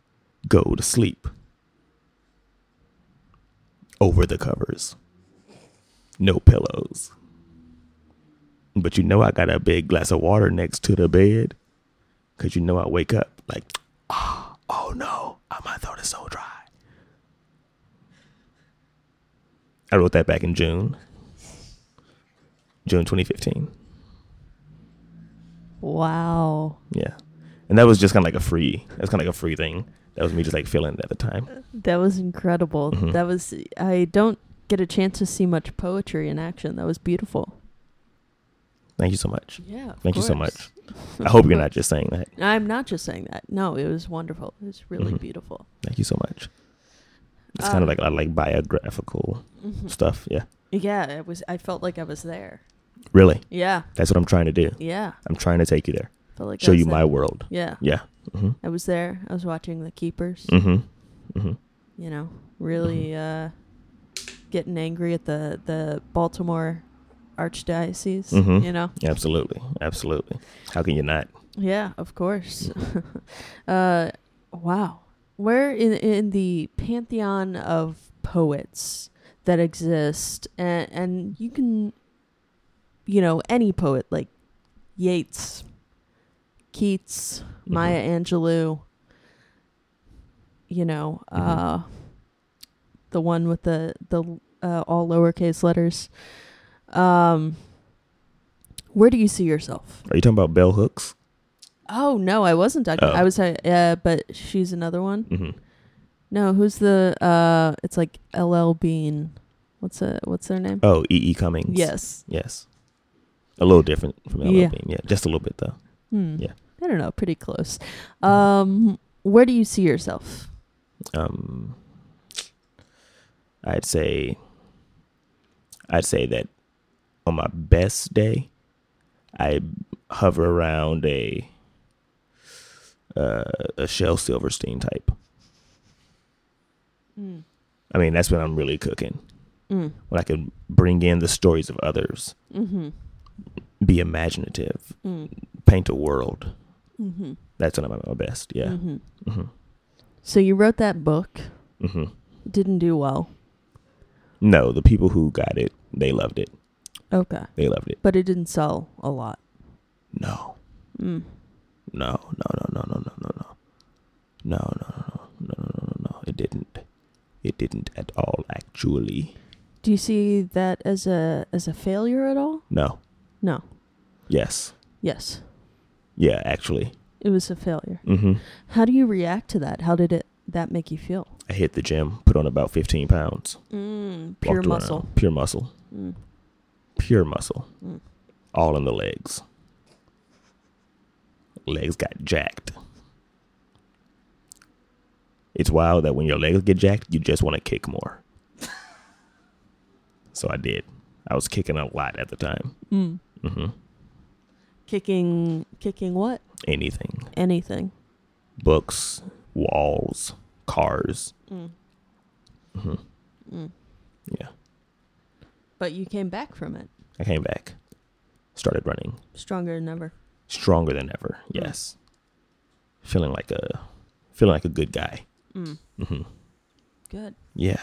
S3: go to sleep. Over the covers, no pillows. But you know, I got a big glass of water next to the bed because you know, I wake up like, ah, oh no, ah, my throat is so dry. I wrote that back in June, June 2015.
S1: Wow.
S3: Yeah. And that was just kind of like a free, that's kind of like a free thing. That was me just like feeling it at the time.
S1: That was incredible.
S3: Mhm.
S1: That was I don't get a chance to see much poetry in action. That was beautiful.
S3: Thank you so much.
S1: Yeah.
S3: Thank you so much. I hope you're not just saying that.
S1: I'm not just saying that. No, it was wonderful. It was really
S3: Mhm.
S1: beautiful.
S3: Thank you so much. It's kind
S1: Um,
S3: of like a lot of like biographical
S1: Mhm.
S3: stuff. Yeah.
S1: Yeah, it was I felt like I was there.
S3: Really.
S1: Yeah.
S3: That's what I'm trying to do.
S1: Yeah.
S3: I'm trying to take you there.
S1: Felt like I
S3: Show
S1: was
S3: you
S1: there.
S3: my world.
S1: Yeah.
S3: Yeah. hmm
S1: I was there. I was watching the keepers,
S3: hmm hmm
S1: you know, really uh getting angry at the the Baltimore archdiocese,
S3: Mhm.
S1: you know.
S3: Absolutely. Absolutely. How can you not?
S1: Yeah, of course. uh, wow. Where in in the pantheon of poets that exist, and, and you can, you know, any poet like Yeats, Keats,
S3: Mm-hmm.
S1: Maya Angelou. You know,
S3: Mhm.
S1: uh, the one with the the uh, all lowercase letters. Um, where do you see yourself?
S3: Are you talking about bell hooks?
S1: Oh no, I wasn't talking.
S3: Oh.
S1: I was, uh, uh, but she's another one.
S3: hmm
S1: No, who's the? uh It's like LL Bean. What's a, What's their name?
S3: Oh, E.E. Cummings.
S1: yes.
S3: Yes. A little different from LL
S1: Yeah.
S3: Bean. Yeah. Just a little bit though.
S1: Hmm.
S3: Yeah. Mm-hmm.
S1: I don't know. Pretty close. Um, where do you see yourself?
S3: um, I'd say I'd say that on my best day, I hover around a uh, a Shell Silverstein type.
S1: Mm.
S3: I mean, that's when I'm really cooking.
S1: Mm.
S3: When I can bring in the stories of others,
S1: Mm-hmm.
S3: be imaginative,
S1: Mm.
S3: paint a world.
S1: Mm-hmm.
S3: That's when I'm at my best. Yeah.
S1: Mm-hmm.
S3: hmm
S1: So you wrote that book.
S3: hmm
S1: Didn't do well.
S3: No, the people who got it, they loved it.
S1: Okay,
S3: They loved it.
S1: but it didn't sell a lot.
S3: No.
S1: Mm.
S3: No, no, no, no, no, no, no, no. No, no, no, no, no, no, no, no. It didn't. It didn't at all, actually.
S1: Do you see that as a as a failure at all?
S3: No.
S1: No.
S3: Yes.
S1: Yes,
S3: Yeah, actually.
S1: it was a failure.
S3: Mm-hmm.
S1: How do you react to that? How did it that make you feel?
S3: I hit the gym, put on about 15 pounds.
S1: Mm, pure
S3: walked around.
S1: muscle.
S3: Pure muscle.
S1: Mm.
S3: Pure muscle.
S1: Mm.
S3: All in the legs. Legs got jacked. It's wild that when your legs get jacked, you just want to kick more. so I did. I was kicking a lot at the time.
S1: Mm.
S3: hmm
S1: Kicking, kicking what?
S3: Anything.
S1: Anything.
S3: Books, walls, cars.
S1: Mm.
S3: hmm
S1: Mm.
S3: Yeah.
S1: But you came back from it
S3: I came back, started running,
S1: stronger than ever.
S3: stronger than ever. Yes. Feeling like a, feeling like a good guy.
S1: Mm.
S3: hmm
S1: Good.
S3: Yeah.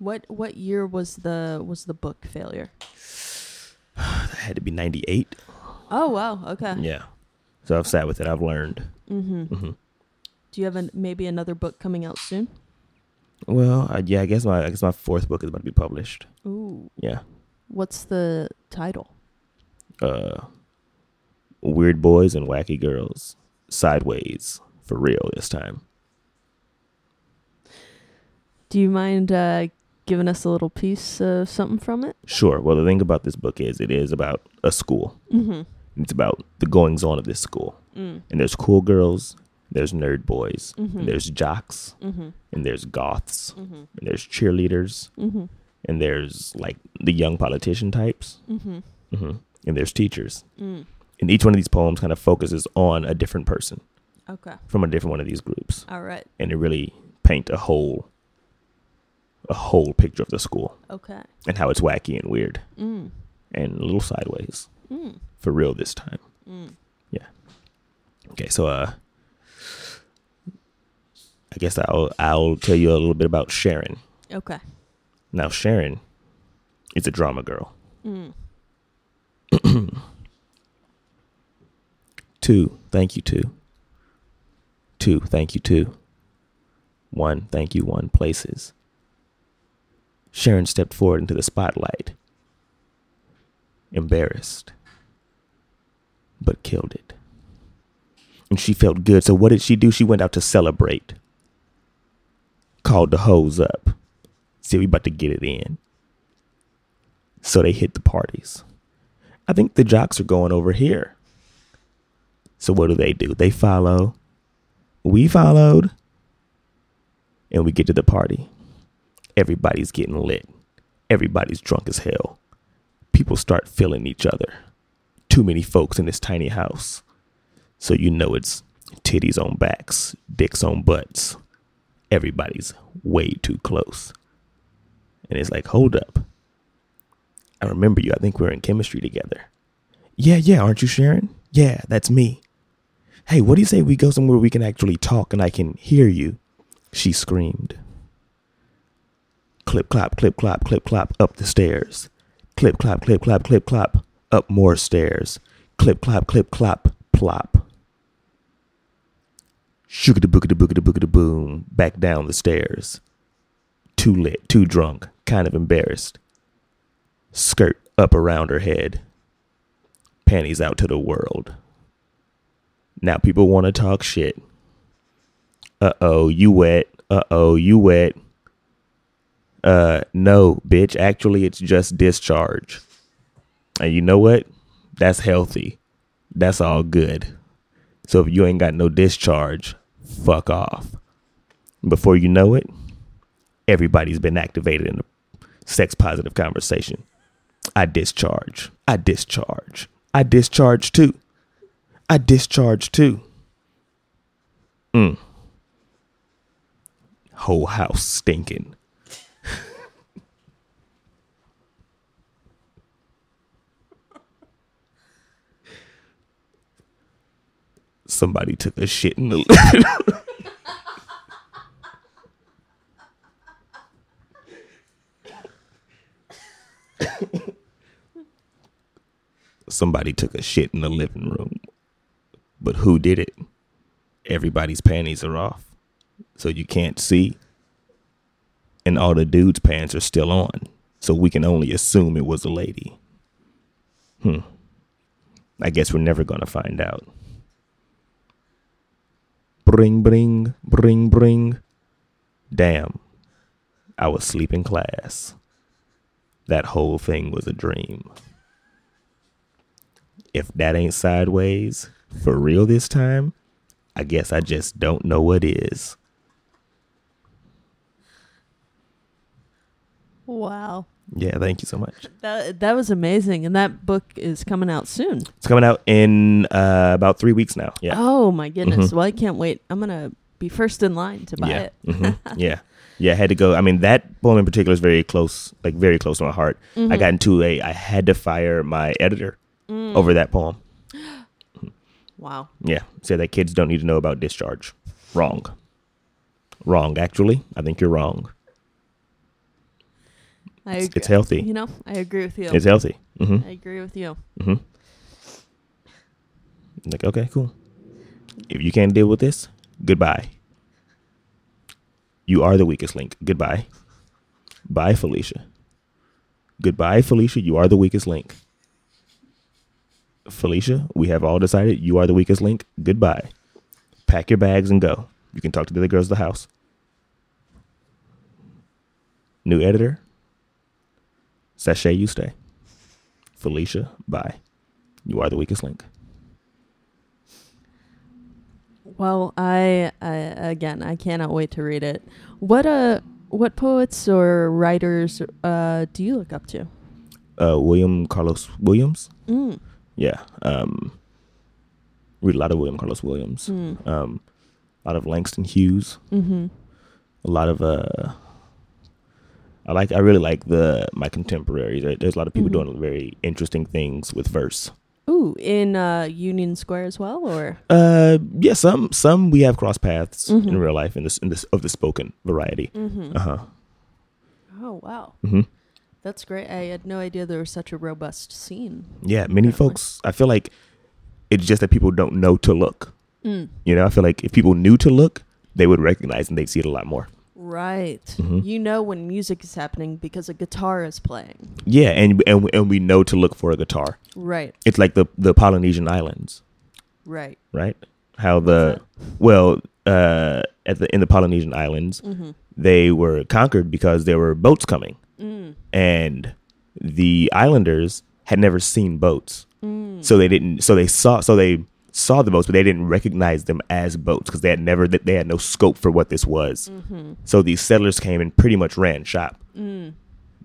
S1: What what year was the was the book failure?
S3: I had to be 98.
S1: Oh wow. Okay.
S3: Yeah. So I've sat with it. I've learned.
S1: Mm-hmm.
S3: hmm
S1: Do you have an, maybe another book coming out soon?
S3: Well, I, yeah, I guess my I guess my fourth book is about to be published.
S1: Ooh.
S3: Yeah.
S1: What's the title?
S3: Uh, Weird boys and wacky girls, sideways for real this time.
S1: Do you mind uh, giving us a little piece of something from it?
S3: Sure. Well, the thing about this book is it is about a school.
S1: Mm-hmm.
S3: It's about the goings on of this school.
S1: Mm.
S3: And there's cool girls, there's nerd boys,
S1: Mhm.
S3: and there's jocks,
S1: Mm-hmm.
S3: and there's goths,
S1: Mm-hmm.
S3: and there's cheerleaders,
S1: Mm-hmm.
S3: and there's like the young politician types,
S1: Mm-hmm.
S3: hmm and there's teachers.
S1: Mm.
S3: And each one of these poems kind of focuses on a different person
S1: Okay.
S3: from a different one of these groups,
S1: All right.
S3: and they really paint a whole, a whole picture of the school
S1: Okay.
S3: and how it's wacky and weird
S1: Mm.
S3: and a little sideways for real this time.
S1: Mm.
S3: Yeah. Okay, so uh, I guess I'll I'll tell you a little bit about Sharon.
S1: Okay.
S3: Now Sharon is a drama girl.
S1: Mm.
S3: two, thank you two. Two, thank you two. One, thank you one places. Sharon stepped forward into the spotlight, embarrassed, but killed it. And she felt good. So what did she do? She went out to celebrate. Called the hoes up. Said we about to get it in. So they hit the parties. I think the jocks are going over here. So what do they do? They follow. We followed. And we get to the party. Everybody's getting lit. Everybody's drunk as hell. People start feeling each other. Too many folks in this tiny house. So you know it's titties on backs, dicks on butts. Everybody's way too close. And it's like, hold up. I remember you. I think we were in chemistry together. Yeah, yeah, aren't you Sharon? Yeah, that's me. Hey, what do you say we go somewhere we can actually talk and I can hear you? She screamed. Clip clop, clip clop, clip clop up the stairs. Clip clop, clip clop, clip clop up more stairs. Clip clop, clip clop, plop. Shookity bookity bookity bookity boom, back down the stairs. Too lit, too drunk, kind of embarrassed. Skirt up around her head. Panties out to the world. Now people want to talk shit. Uh oh, you wet. Uh oh, you wet. Uh, no, bitch. Actually, it's just discharge. And you know what? That's healthy. That's all good. So if you ain't got no discharge, fuck off. Before you know it, everybody's been activated in a sex positive conversation. I discharge. I discharge. I discharge too. I discharge too. Mm. Whole house stinking. somebody took a shit in the living room. somebody took a shit in the living room. But who did it? Everybody's panties are off. So you can't see. And all the dudes' pants are still on. So we can only assume it was a lady. Hmm. I guess we're never going to find out. Bring, bring, bring, bring. Damn, I was sleeping class. That whole thing was a dream. If that ain't sideways for real this time, I guess I just don't know what is.
S1: Wow.
S3: Yeah, thank you so much.
S1: That that was amazing, and that book is coming out soon.
S3: It's coming out in uh, about three weeks now. Yeah. Mm-hmm.
S1: Oh my goodness! Well, I can't wait. I'm gonna be first in line to buy
S3: yeah.
S1: it.
S3: Mhm. yeah. Yeah, I had to go. I mean, that poem in particular is very close, like very close to my heart. I got into a, I had to fire my editor over that poem.
S1: Wow.
S3: Yeah, said that kids don't need to know about discharge. Wrong. Wrong, actually. I think you're wrong.
S1: I
S3: It's,
S1: agree.
S3: it's healthy.
S1: You know, I agree with you.
S3: It's healthy. hmm
S1: I agree with you.
S3: Mm-hmm. Like, okay, cool. If you can't deal with this, goodbye. You are the weakest link. Goodbye. Bye, Felicia. Goodbye, Felicia. You are the weakest link. Felicia, we have all decided you are the weakest link. Goodbye. Pack your bags and go. You can talk to the other girls at the house. New editor. Sashay, you stay. Felicia, bye. You are the weakest link.
S1: Well, I, I again, I cannot wait to read it. What uh, what poets or writers uh, do you look up to?
S3: uh, William Carlos Williams.
S1: Mm.
S3: Yeah, um, read a lot of William Carlos Williams.
S1: Mm.
S3: Um, a lot of Langston Hughes.
S1: Mm-hmm.
S3: A lot of uh, I like I really like the my contemporaries. There- There's a lot of people doing very interesting things with verse.
S1: Ooh, in uh, Union Square as well, or
S3: Uh, yeah, some some we have cross paths in real life in this in this of the spoken variety. Uh huh.
S1: Mm-hmm. oh wow,
S3: Mhm.
S1: that's great. I had no idea there was such a robust scene.
S3: Yeah, many
S1: Definitely.
S3: folks. I feel like it's just that people don't know to look.
S1: Mm.
S3: You know, I feel like if people knew to look, they would recognize and they'd see it a lot more.
S1: Right,
S3: Hmm?
S1: you know when music is happening because a guitar is playing.
S3: Yeah, and and and we know to look for a guitar.
S1: Right,
S3: It's like the the Polynesian islands.
S1: right.
S3: right? How the well uh, at the in the Polynesian islands they were conquered because there were boats coming, and the islanders had never seen boats, so they didn't. So they saw. So they saw the boats, but they didn't recognize them as boats because they had never. That they had no scope for what this was.
S1: Mm-hmm.
S3: So these settlers came and pretty much ran shop,
S1: Mm.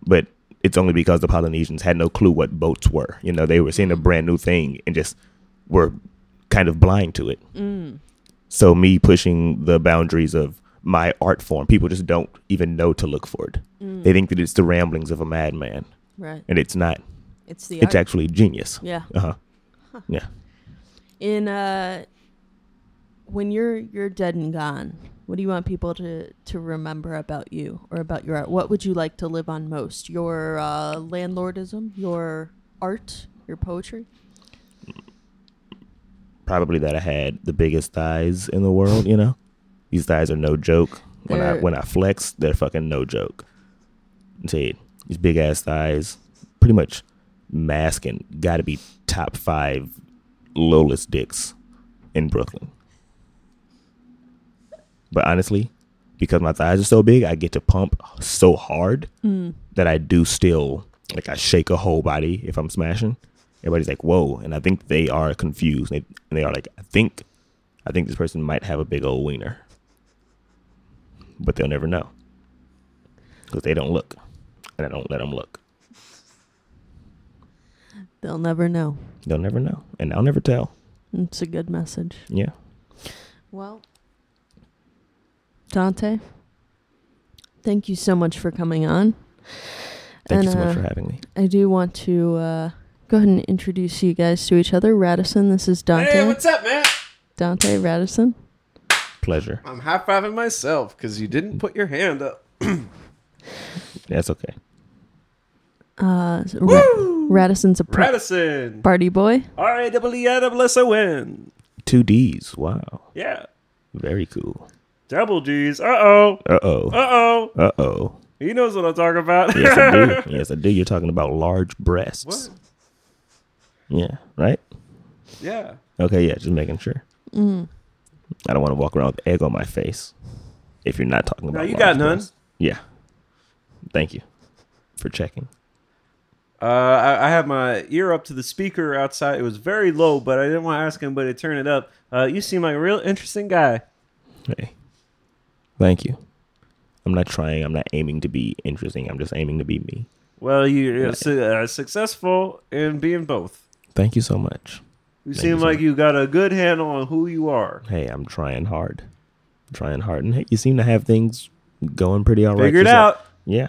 S3: but. It's only because the Polynesians had no clue what boats were. You know, they were
S1: Mm.
S3: seeing a brand new thing and just were kind of blind to it.
S1: Mm,
S3: So me pushing the boundaries of my art form, people just don't even know to look for it.
S1: Mm.
S3: They think that it's the ramblings of a madman,
S1: Right.
S3: and it's not.
S1: It's the
S3: It's
S1: art.
S3: actually genius.
S1: yeah.
S3: Uh huh. Yeah.
S1: In uh when you're you're dead and gone, what do you want people to to remember about you or about your art? What would you like to live on most? Your uh landlordism, your art, your poetry?
S3: Probably that I had the biggest thighs in the world. You know, these thighs are no joke. When I
S1: They're-
S3: when I flex, they're fucking no joke. I tell you, these big ass thighs, pretty much masking. Got to be top five lowest dicks in Brooklyn. But honestly, because my thighs are so big, I get to pump so hard that I do still like I shake a whole body if I'm smashing. Everybody's like, "Whoa!" And I think they are confused. They, and they are like, "I think, I think this person might have a big old wiener," but they'll never know because they don't look, and I don't let them look.
S1: They'll never know.
S3: They'll never know, and I'll never tell.
S1: It's a good message.
S3: Yeah.
S1: Well, Dante, thank you so much for coming on.
S3: Thank
S1: And,
S3: you so much
S1: uh,
S3: for having me.
S1: I do want to uh, go ahead and introduce you guys to each other. Radisson, this is Dante.
S2: Hey, what's up, man?
S1: Dante Radisson.
S3: Pleasure.
S2: I'm high fiving myself because you didn't put your hand up.
S3: That's okay.
S1: Uh, Ra- Radisson's a pro-
S2: Radisson,
S1: party boy.
S2: R A W E I W S O N.
S3: Two D's. Wow.
S2: Yeah,
S3: Very cool.
S2: double G's. Uh oh,
S3: Uh oh.
S2: uh oh.
S3: Uh oh.
S2: He knows what I'm talking about.
S3: Yes, I do. Yes, I do. You're talking about large
S2: What?
S3: breasts. Yeah. Right.
S2: Yeah.
S3: Okay, yeah, just making sure. I don't want to walk around with egg on my face. If you're not talking
S2: No,
S3: about,
S2: you
S3: large
S2: got none.
S3: breasts. Yeah. Thank you for checking.
S2: Uh, I, I had my ear up to the speaker outside. It was very low, but I didn't want to ask anybody to turn it up. Uh, you seem like a real interesting guy.
S3: Hey, thank you. I'm not trying. I'm not aiming to be interesting. I'm just aiming to be me.
S2: Well, you're uh, su- uh, successful in being both.
S3: Thank you so much.
S2: You
S3: Thank
S2: seem
S3: you so
S2: like
S3: much.
S2: you got a good handle on who you are.
S3: Hey, I'm trying hard. trying hard, and hey, you seem to have things going pretty all right.
S2: Figured
S3: yourself.
S2: out.
S3: Yeah.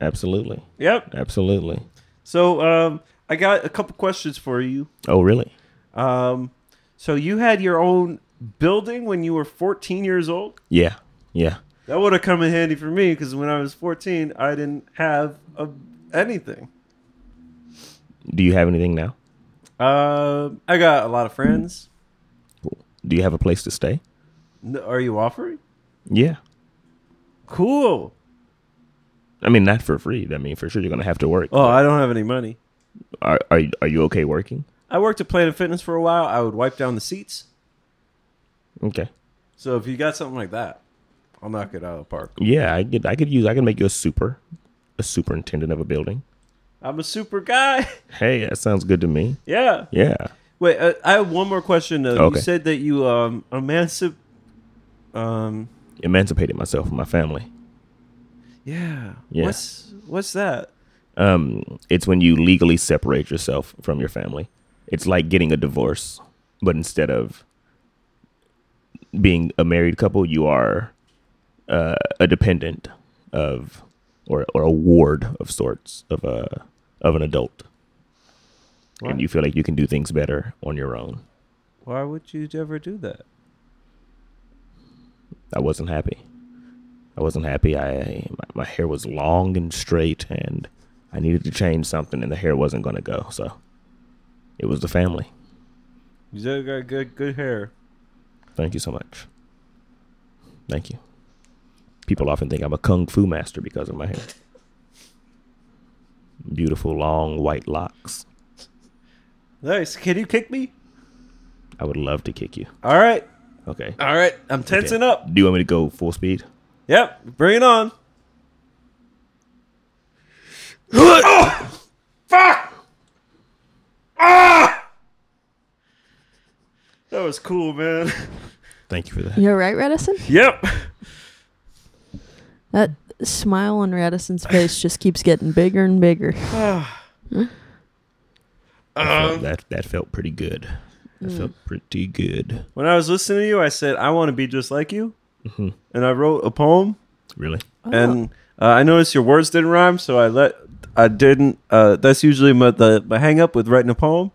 S3: Absolutely.
S2: Yep.
S3: Absolutely.
S2: So um, I got a couple questions for you.
S3: Oh, really?
S2: Um, so you had your own building when you were 14 years old.
S3: Yeah. Yeah.
S2: That would have come in handy for me because when I was 14, I didn't have a, anything.
S3: Do you have anything now?
S2: Um, I got a lot of friends.
S3: Cool. Do you have a place to stay?
S2: N- Are you offering?
S3: Yeah.
S2: Cool.
S3: I mean, not for free. I mean, for sure you're gonna have to work.
S2: Oh, I don't have any money.
S3: Are are you, are you okay working?
S2: I worked at Planet Fitness for a while. I would wipe down the seats.
S3: Okay.
S2: So if you got something like that, I'll knock it out of the park.
S3: Yeah, I could I could use I could make you a super, a superintendent of a building.
S2: I'm a super guy.
S3: Hey, that sounds good to me.
S2: yeah.
S3: Yeah.
S2: Wait, uh, I have one more question though.
S3: Okay.
S2: You said that you um emancip um
S3: Emancipated myself from my family.
S2: yeah.
S3: Yeah.
S2: What's what's that?
S3: Um, it's when you legally separate yourself from your family. It's like getting a divorce, but instead of being a married couple, you are uh, a dependent of or or a ward of sorts of a of an adult,
S2: Right.
S3: and you feel like you can do things better on your own.
S2: Why would you ever do that?
S3: I wasn't happy. I wasn't happy. I my, my hair was long and straight, and I needed to change something, and the hair wasn't going to go. So it was the family.
S2: You still got good good hair.
S3: Thank you so much. Thank you. People often think I'm a kung fu master because of my hair. Beautiful long white locks.
S2: Nice. Can you kick me?
S3: I would love to kick you.
S2: All right.
S3: Okay.
S2: All right. I'm tensing up.
S3: Do you want me to go full speed?
S2: Yep. Bring it on. Oh, Fuck! Ah! That was cool, man.
S3: Thank you for that.
S1: You all right, Radisson?
S2: Yep.
S1: That smile on Radisson's face just keeps getting bigger and bigger.
S3: That
S2: Um,
S3: felt- that that felt pretty good. That
S2: Hmm.
S3: felt pretty good.
S2: When I was listening to you, I said, I want to be just like you.
S3: Mm-hmm.
S2: And I wrote a poem.
S3: Really?
S1: Oh,
S2: and uh, I noticed your words didn't rhyme, so I let I didn't. Uh, that's usually my the my hang up with writing a poem.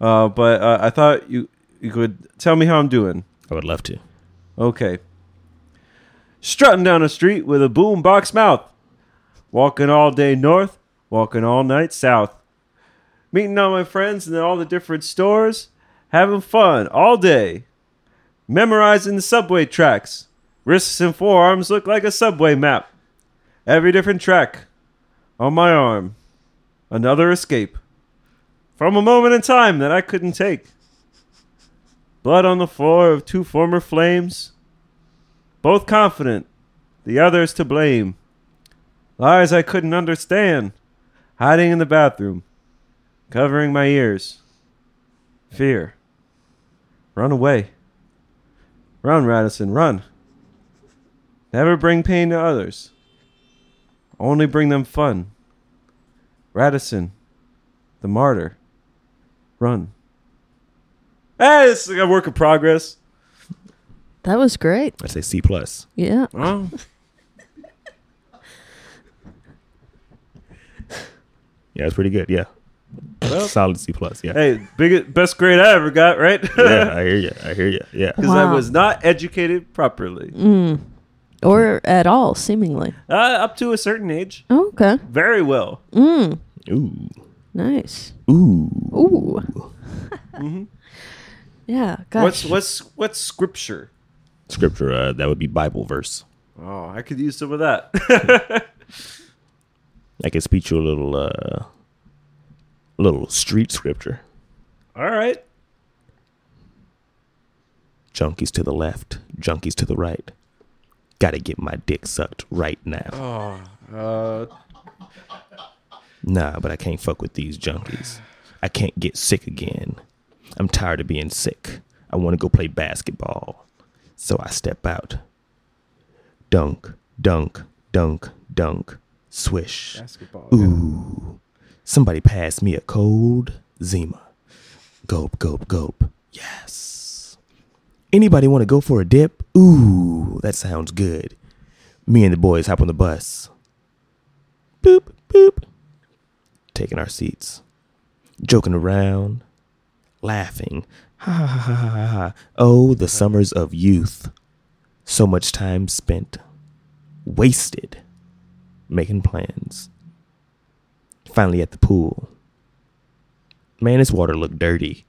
S2: Uh, but uh, I thought you you could tell me how I'm doing.
S3: I would love to.
S2: Okay. Strutting down the street with a boom box mouth. Walking all day north, walking all night south. Meeting all my friends in all the different stores, having fun all day. Memorizing the subway tracks. Wrists and forearms look like a subway map. Every different track on my arm. Another escape. From a moment in time that I couldn't take. Blood on the floor of two former flames. Both confident, the others to blame. Lies I couldn't understand. Hiding in the bathroom. Covering my ears. Fear. Run away. Run, Radisson, run. Never bring pain to others. Only bring them fun. Radisson, the martyr. Run. Hey, this is a work in progress.
S1: That was great.
S3: I say C plus.
S1: Yeah.
S2: Oh.
S3: Yeah, it's pretty good. Yeah,
S2: Well,
S3: solid C plus. Yeah.
S2: hey, biggest best grade I ever got, right?
S3: yeah, I hear you. I hear you. Yeah.
S2: Because I
S1: Wow. Mm.
S2: was not educated properly.
S1: Or at all, seemingly.
S2: Uh, up to a certain age,
S1: Oh, okay.
S2: very well.
S3: Ooh.
S1: Nice.
S3: Ooh.
S1: Ooh. Yeah. Gosh.
S2: Mm-hmm. What's what's what's scripture?
S3: Scripture. Uh, that would be Bible verse.
S2: Oh, I could use some of that.
S3: I can speak you a little, uh, little street scripture.
S2: All right.
S3: Junkies to the left, junkies to the right. Gotta get my dick sucked right now.
S2: Uh,
S3: Nah, but I can't fuck with these junkies. I can't get sick again. I'm tired of being sick. I want to go play basketball. So I step out. Dunk, dunk, dunk, dunk. Swish.
S2: basketball.
S3: Somebody pass me a cold Zima. Gulp, gulp, gulp. Yes. Anybody want to go for a dip? Ooh, that sounds good. Me and the boys hop on the bus. Boop, boop. Taking our seats. Joking around. Laughing. Ha ha ha ha ha ha. Oh, the summers of youth. So much time spent. Wasted. Making plans finally at the pool. Man, this water looked dirty.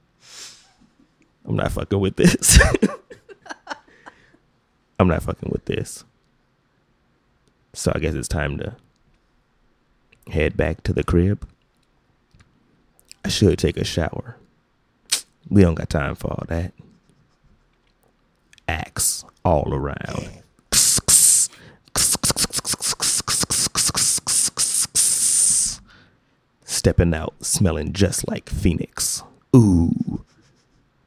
S3: I'm not fucking with this. I'm not fucking with this. So I guess it's time to head back to the crib. I should take a shower. We don't got time for all that. Axe all around. stepping out smelling just like Phoenix. Ooh,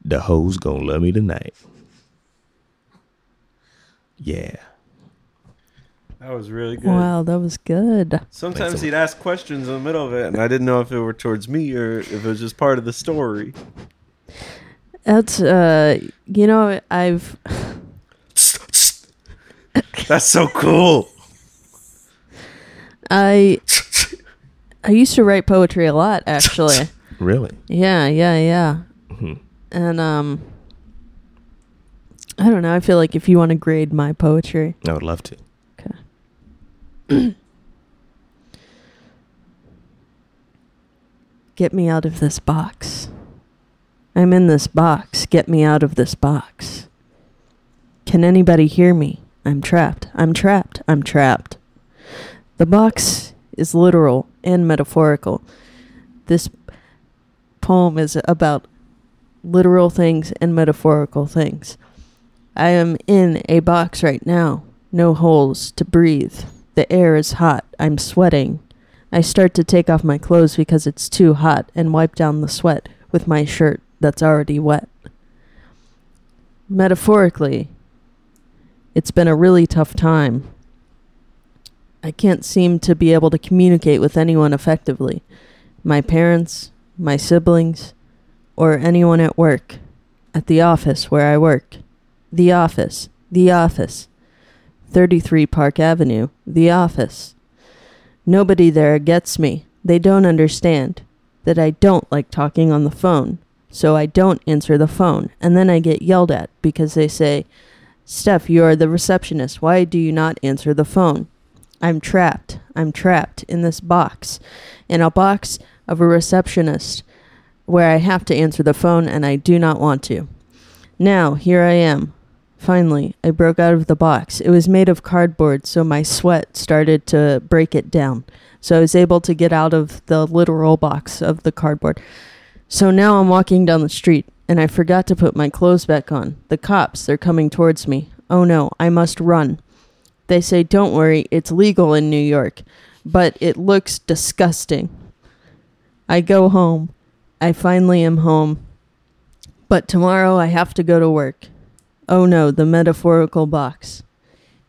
S3: the hoes gonna love me tonight. Yeah,
S2: That was really good.
S1: Wow, that was good.
S2: Sometimes
S3: Thanks a
S2: he'd ask questions in the middle of it, and I didn't know if it were towards me or if it was just part of the story.
S1: That's uh, you know, I've
S2: That's so cool.
S1: I I used to write poetry a lot, actually.
S3: Really?
S1: Yeah, yeah, yeah. And um, I don't know. I feel like if you want to grade my poetry,
S3: I would love to.
S1: okay. Get me out of this box. I'm in this box. Get me out of this box. Can anybody hear me? I'm trapped. I'm trapped. I'm trapped. The box is literal and metaphorical. This poem is about literal things and metaphorical things. I am in a box right now, no holes to breathe. The air is hot. I'm sweating. I start to take off my clothes because it's too hot and wipe down the sweat with my shirt that's already wet. Metaphorically, it's been a really tough time. I can't seem to be able to communicate with anyone effectively my parents, my siblings, or anyone at work, at the office where I work. The office, the office. 33 Park Avenue, the office. Nobody there gets me. They don't understand that I don't like talking on the phone, so I don't answer the phone. And then I get yelled at because they say, Steph, you are the receptionist. Why do you not answer the phone? I'm trapped. I'm trapped in this box, in a box of a receptionist where I have to answer the phone and I do not want to. Now, here I am. Finally, I broke out of the box. It was made of cardboard, so my sweat started to break it down. So I was able to get out of the literal box of the cardboard. So now I'm walking down the street and I forgot to put my clothes back on. The cops, they're coming towards me. Oh no, I must run. They say, don't worry, it's legal in New York, but it looks disgusting. I go home. I finally am home. But tomorrow I have to go to work. Oh no, the metaphorical box.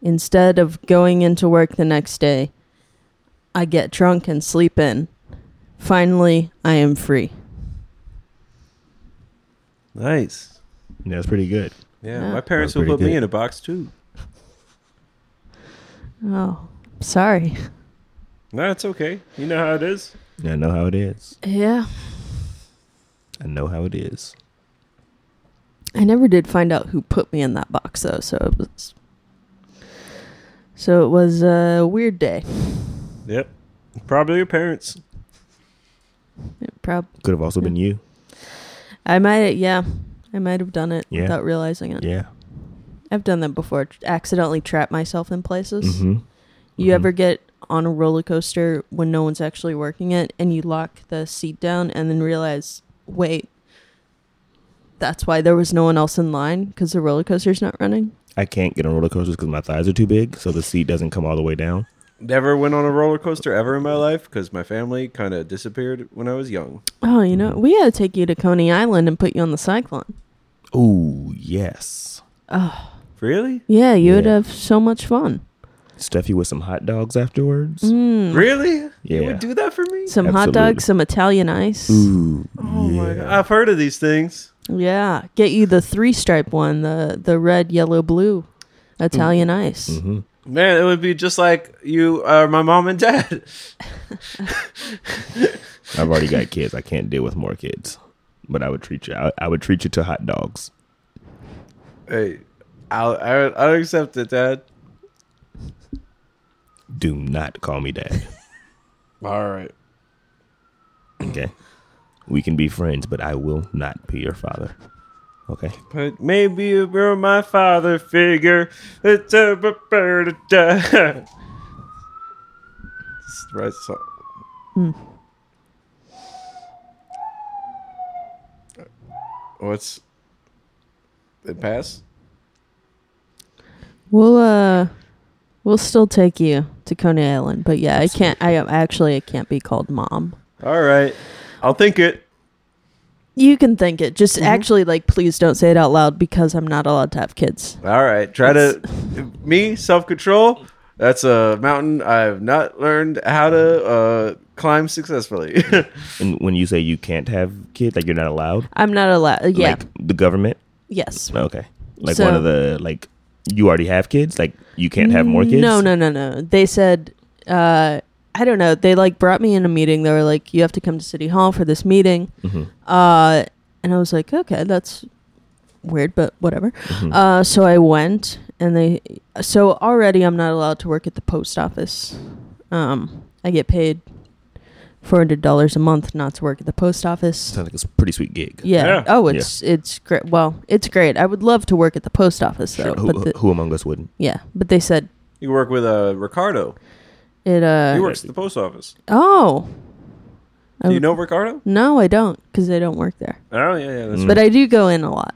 S1: Instead of going into work the next day, I get drunk and sleep in. Finally, I am free.
S2: Nice.
S3: Yeah, that's pretty good.
S2: Yeah,
S1: Yeah.
S2: my parents
S3: That was
S2: would put me
S3: pretty good.
S2: in a box too.
S1: Oh, sorry.
S2: No, it's okay. You know how it is.
S3: I know how it is.
S1: Yeah.
S3: I know how it is.
S1: I never did find out who put me in that box though, so it was So it was a weird day.
S2: Yep. Probably your parents.
S1: It prob-
S3: Could have also been you.
S1: I might yeah, I might have done it
S3: Yeah.
S1: without realizing it.
S3: Yeah.
S1: I've done that before. tr- Accidentally trap myself in places.
S3: Mm-hmm.
S1: You
S3: Mhm.
S1: ever get on a roller coaster when no one's actually working it and you lock the seat down and then realize, wait, that's why there was no one else in line because the roller coaster's not running?
S3: I can't get on roller coasters because my thighs are too big, so the seat doesn't come all the way down.
S2: Never went on a roller coaster ever in my life because my family kind of disappeared when I was young.
S1: Oh, you know, we gotta take you to Coney Island and put you on the cyclone.
S3: Oh yes,
S2: Really?
S1: Yeah, you would
S3: Yeah.
S1: have so much fun. Mm.
S3: stuff you with some hot dogs afterwards.
S2: Really? Mm, You
S3: Yeah.
S2: would do that for me?
S1: Some hot
S3: Absolutely.
S1: dogs, some Italian ice.
S3: Ooh,
S2: oh my god. I've heard of these things.
S1: Yeah, get you the three stripe one, the the red, yellow, blue,
S3: Mm.
S1: Italian ice.
S3: Mm-hmm.
S2: Man, it would be just like you are my mom and dad.
S3: I've already got kids. I can't deal with more kids. But I would treat you. I, I would treat you to hot dogs.
S2: Hey, I'll, I, I'll accept it, Dad.
S3: Do not call me dad.
S2: All right.
S3: Okay. We can be friends, but I will not be your father. Okay.
S2: But maybe you were my father figure. It's a prepare to die. It's the right song. Hmm. What's it pass?
S1: We'll uh, we'll still take you to Coney Island, but yeah, I can't. I actually I can't be called mom.
S2: All right. I'll think it.
S1: You can think it. Just
S3: Mm-hmm.
S1: actually, like, please don't say it out loud because I'm not allowed to have kids.
S2: All right. Try to me self control. That's a mountain I've not learned how to uh, climb successfully.
S3: And when you say you can't have kids, like you're not allowed.
S1: I'm not allowed. Yeah.
S3: Like the government.
S1: yes.
S3: Okay. Like
S1: So-
S3: one of the like you already have kids. Like you can't have more kids.
S1: No, no, no, no. They said uh, I don't know. They like brought me in a meeting. They were like, "You have to come to City Hall for this meeting,"
S3: Mm-hmm.
S1: uh, and I was like, "Okay, that's weird, but whatever."
S3: Mm-hmm.
S1: Uh, so I went, and they. So already, I'm not allowed to work at the post office. Um, I get paid four hundred dollars a month not to work at the post office.
S3: Sounds like it's a pretty sweet gig.
S1: Yeah.
S2: Yeah.
S1: Oh, it's it's great. Well, it's great. I would love to work at the post office though.
S3: Sure. Who,
S1: But the,
S3: who among us wouldn't?
S1: yeah, but they said
S2: You work with uh, Ricardo.
S1: it. Uh,
S2: He works at the post office.
S1: oh. I
S2: Do you
S3: Um,
S1: would-
S2: know Ricardo?
S1: No, I don't, because I don't work there.
S2: Oh yeah, yeah. That's
S3: Mm.
S1: But I do go in a lot.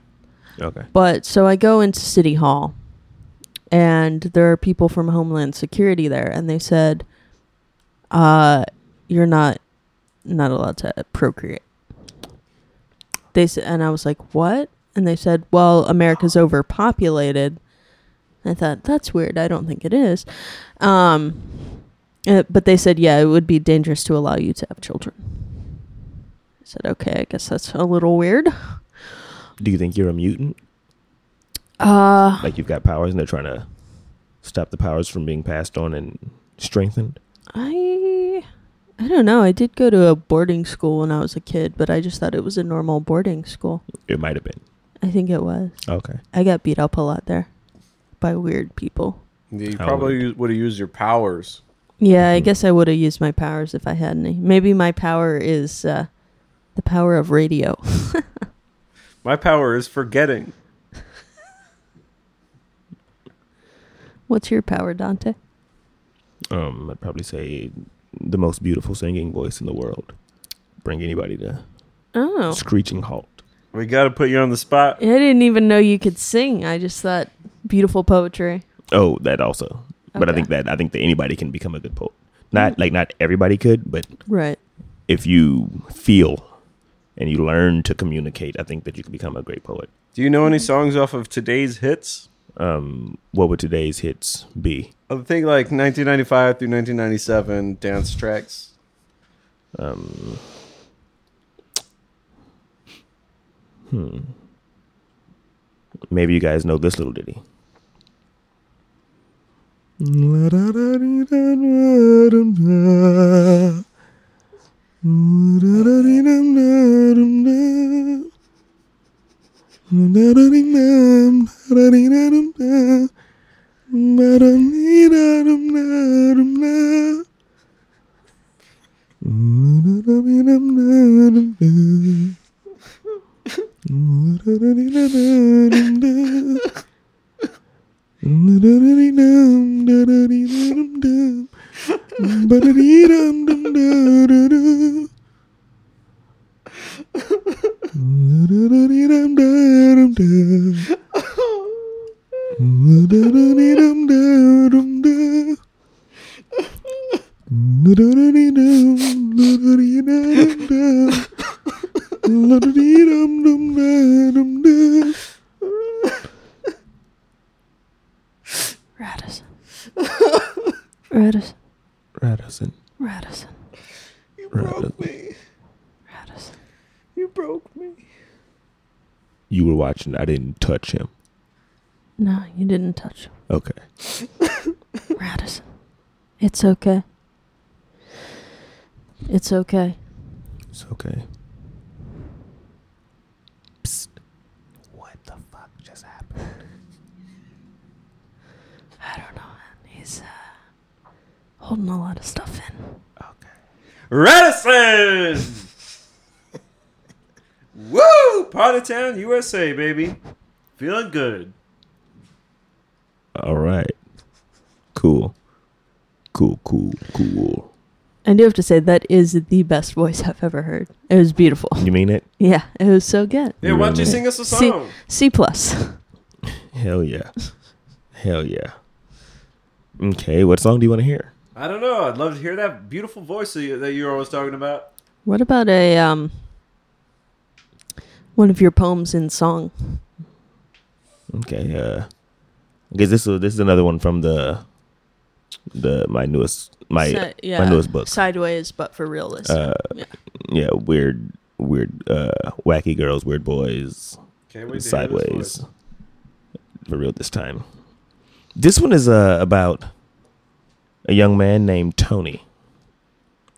S3: Okay.
S1: But so I go into City Hall, and there are people from Homeland Security there, and they said, "Uh, you're not not allowed to procreate." They said, and I was like, "What?" And they said, "Well, America's overpopulated." I thought that's weird. I don't think it is. Um, uh, but they said, "Yeah, it would be dangerous to allow you to have children." I said, "Okay, I guess that's a little weird."
S3: Do you think you're a mutant?
S1: Uh,
S3: Like you've got powers and they're trying to stop the powers from being passed on and strengthened?
S1: I I don't know. I did go to a boarding school when I was a kid, but I just thought it was a normal boarding school.
S3: It might have been.
S1: I think it was.
S3: Okay.
S1: I got beat up a lot there by weird people.
S2: You
S3: How
S2: probably
S3: would-
S2: use, would have used your powers.
S1: Yeah, I guess I would have used my powers if I had any. Maybe my power is uh, the power of radio.
S2: My power is forgetting.
S1: What's your power, Dante?
S3: Um, I'd probably say the most beautiful singing voice in the world. Bring anybody to
S1: Oh,
S3: screeching halt.
S2: We got to put you on the spot.
S1: I didn't even know you could sing. I just thought beautiful poetry.
S3: Oh, that also. But
S1: Okay.
S3: I
S1: Mm-hmm.
S3: think that I think that anybody can become a good poet. Not like not everybody could, but
S1: Right.
S3: if you feel and you learn to communicate, I think that you can become a great poet.
S2: Do you know any songs off of today's hits?
S3: Um, what would today's hits be?
S2: I think like 1995 through 1997 dance tracks.
S3: Um, hmm. Maybe you guys know this little ditty.
S1: Radisson. Radisson.
S3: Radisson.
S1: Radisson.
S2: You
S3: Radisson.
S2: me.
S1: Radisson.
S2: You broke me.
S3: You were watching. I didn't touch him.
S1: No, you didn't touch him.
S3: Okay.
S1: Radisson. It's okay. It's okay.
S3: It's okay. Psst. What the fuck just happened?
S1: I don't know. He's uh, holding a lot of stuff in.
S3: Okay.
S2: Radisson! Woo! Part of town, USA, baby. Feeling good.
S3: All right. Cool. Cool, cool, cool.
S1: I do have to say that is the best voice I've ever heard. It was beautiful.
S3: You mean it?
S1: Yeah, it was so good.
S2: Yeah, why don't you
S3: Really?
S2: sing us a
S1: C
S2: song?
S1: C plus.
S3: Hell yeah. Hell yeah. Okay, what song do you want to hear?
S2: I don't know. I'd love to hear that beautiful voice that you- that you're always talking about.
S1: What about a um one of your poems in song?
S3: Okay, uh I guess this is this is another one from the the my newest my
S1: Si-
S3: my newest book.
S1: Sideways, but for realists.
S3: Uh,
S1: yeah.
S3: yeah, weird weird uh wacky girls, weird boys,
S2: Can't wait to hear this
S3: sideways
S2: voice.
S3: for real this time. This one is uh, about a young man named Tony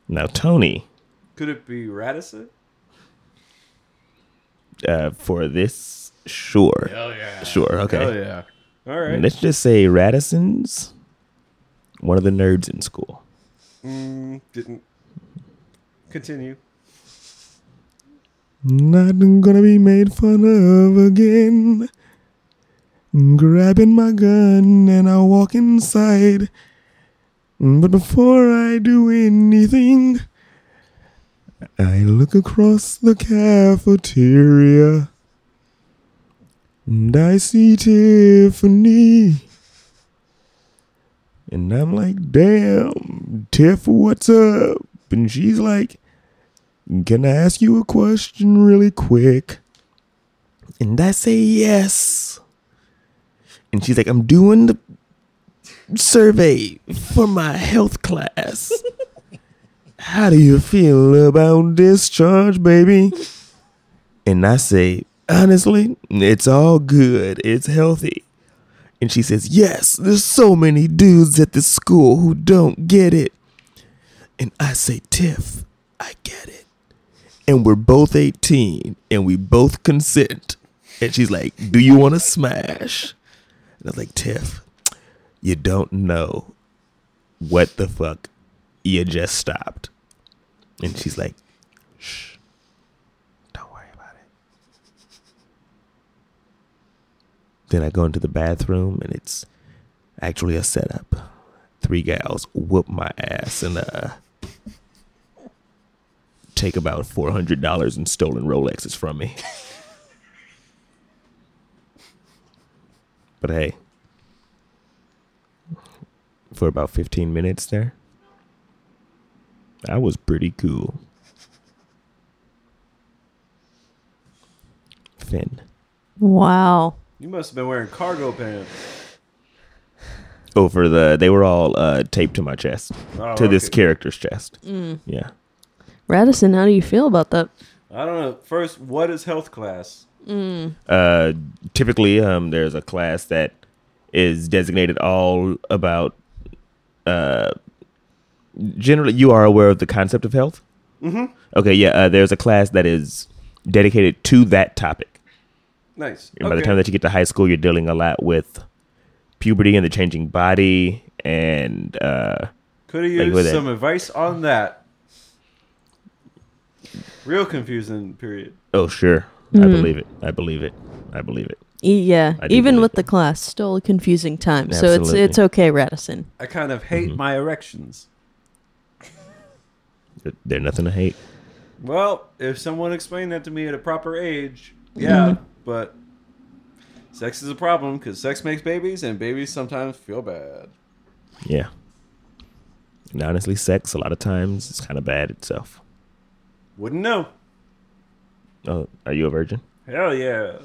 S3: Now, Tony,
S2: Could it be Radisson?
S3: uh, for this, sure.
S4: Hell yeah.
S3: Sure, okay.
S4: Hell yeah.
S2: All right.
S3: Let's just say Radisson's one of the nerds in school.
S2: Mm, didn't continue.
S3: Not gonna be made fun of again. Grabbing my gun and I walk inside. But before I do anything, I look across the cafeteria. And I see Tiffany. And I'm like, damn, Tiff, what's up? And she's like, can I ask you a question really quick? And I say yes. And she's like, I'm doing the survey for my health class. How do you feel about discharge, baby? And I say, honestly, it's all good. It's healthy. And she says, yes, there's so many dudes at this school who don't get it. And I say, Tiff, I get it. And we're both 18 and we both consent. And she's like, Do you want to smash? And I was like, Tiff, you don't know what the fuck you just stopped. And she's like, Shh, don't worry about it. Then I go into the bathroom and it's actually a setup. Three gals whoop my ass and uh, take about four hundred dollars in stolen Rolexes from me. but hey, for about fifteen minutes there, I was pretty cool. Finn.
S1: Wow.
S2: You must have been wearing cargo pants.
S3: Over Oh, the, they were all uh, taped to my chest,
S2: Oh,
S3: to this
S2: okay.
S3: character's chest. Yeah.
S1: Radisson, how do you feel about that?
S2: I don't know. First, what is health class?
S3: uh, typically um, there's a class that is designated all about uh, generally you are aware of the concept of health mm-hmm. okay yeah uh, there's a class that is dedicated to that topic
S2: Nice.
S3: and by the time that you get to high school you're dealing a lot with puberty and the changing body and uh,
S2: Could have
S3: Like
S2: used
S3: with it.
S2: some advice on that. Real confusing period.
S3: oh sure i believe it i believe it i believe it
S1: E- yeah,
S3: I do
S1: even
S3: believe
S1: with
S3: it.
S1: the class, still a confusing time. So it's
S3: Absolutely.
S1: it's okay, Radisson.
S2: I kind of
S3: Mm-hmm.
S2: hate my erections.
S3: There- they're nothing to hate
S2: Well, if someone explained that to me at a proper age, yeah,
S3: Mm-hmm.
S2: but sex is a problem because sex makes babies and babies sometimes feel bad.
S3: Yeah. And honestly, sex a lot of times is kind of bad itself.
S2: Wouldn't know.
S3: Oh, are you a virgin?
S2: Hell yeah.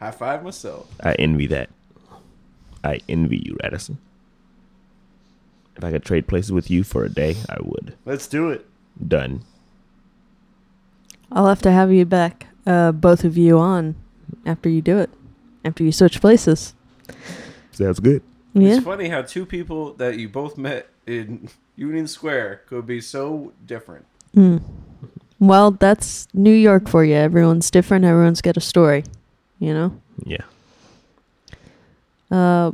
S2: High five myself.
S3: I envy that. I envy you, Radisson. If I could trade places with you for a day, I would.
S2: Let's do it.
S3: Done.
S1: I'll have to have you back, uh, both of you, on after you do it, after you switch places.
S3: Sounds good.
S1: Yeah,
S2: It's funny how two people that you both met in Union Square could be so different.
S1: Hmm. well, that's New York for you. Everyone's different. Everyone's got a story, you know.
S3: Yeah.
S1: Uh,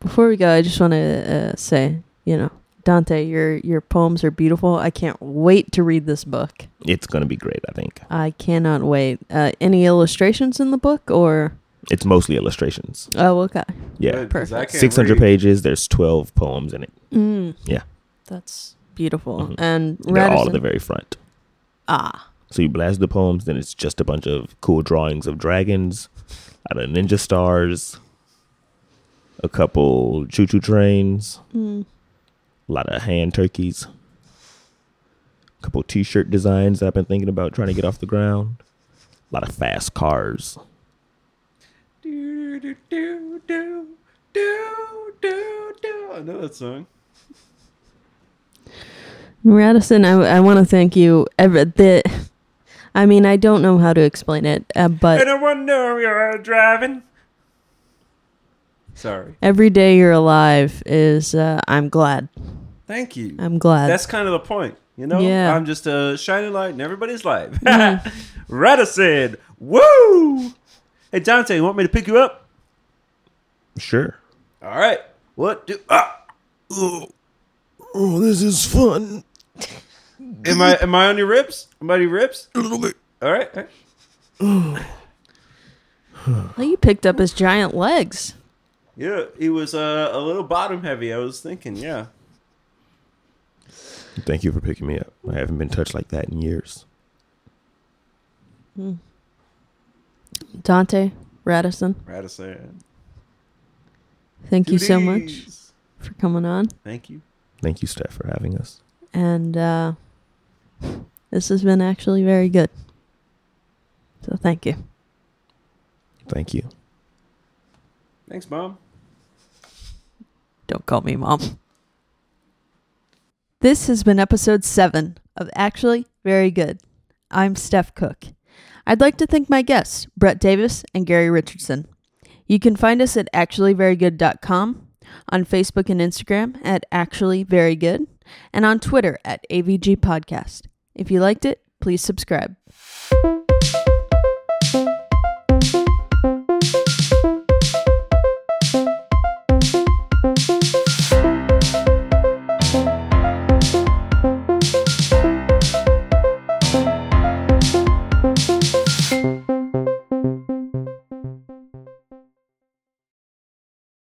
S1: before we go, I just want to uh, say, you know, Dante, your your poems are beautiful. I can't wait to read this book.
S3: It's going to be great, I think.
S1: I cannot wait. Uh, any illustrations in the book, or
S3: It's mostly illustrations.
S1: oh, okay,
S3: Yeah.
S2: Good, 'cause I
S1: Perfect.
S2: can't
S3: 600
S2: read.
S3: pages, there's 12 poems in it.
S1: mm,
S3: Yeah.
S1: that's beautiful.
S3: Mhm.
S1: And
S3: They're all
S1: Radisson,
S3: at the very front.
S1: ah,
S3: So you blast the poems, then it's just a bunch of cool drawings of dragons, out of ninja stars, a couple choo choo trains,
S1: Mm.
S3: a lot of hand turkeys, a couple t shirt designs that I've been thinking about trying to get off the ground, a lot of fast cars.
S2: Do, do, do, do, do, do, do. I know that song.
S1: Radisson, I, I want to thank you. Ever the, I mean, I don't know how to explain it, uh, but
S2: And I wonder you're driving. Sorry.
S1: every day you're alive is uh, I'm glad.
S2: Thank you.
S1: I'm glad.
S2: That's kind of the point, you know.
S1: Uh, Yeah. Mm-hmm.
S2: I'm just a shining light in everybody's life. Radicin, woo! Hey Dante, you want me to pick you up?
S3: Sure.
S2: All right. What do? Ah,
S3: Oh, this is fun.
S2: am I am I on your ribs? Am I on your ribs?
S3: A little bit.
S2: All right. all right.
S1: Well, you picked up his giant legs.
S2: Yeah, he was uh, a little bottom heavy. I was thinking, yeah.
S3: Thank you for picking me up. I haven't been touched like that in years.
S1: Dante, Radisson,
S2: Radicin.
S1: thank you so much for coming on.
S2: Thank you.
S3: Thank you, Steph, for having us.
S1: And uh, this has been actually very good. So thank you.
S3: Thank you.
S2: Thanks, mom.
S1: Don't call me mom. This has been episode 7 of Actually Very Good. I'm Steph Cook. I'd like to thank my guests, Brett Davis and Gary Richardson. You can find us at actuallyverygood.com, on Facebook and Instagram at actuallyverygood, and on Twitter at AVG Podcast. If you liked it, please subscribe.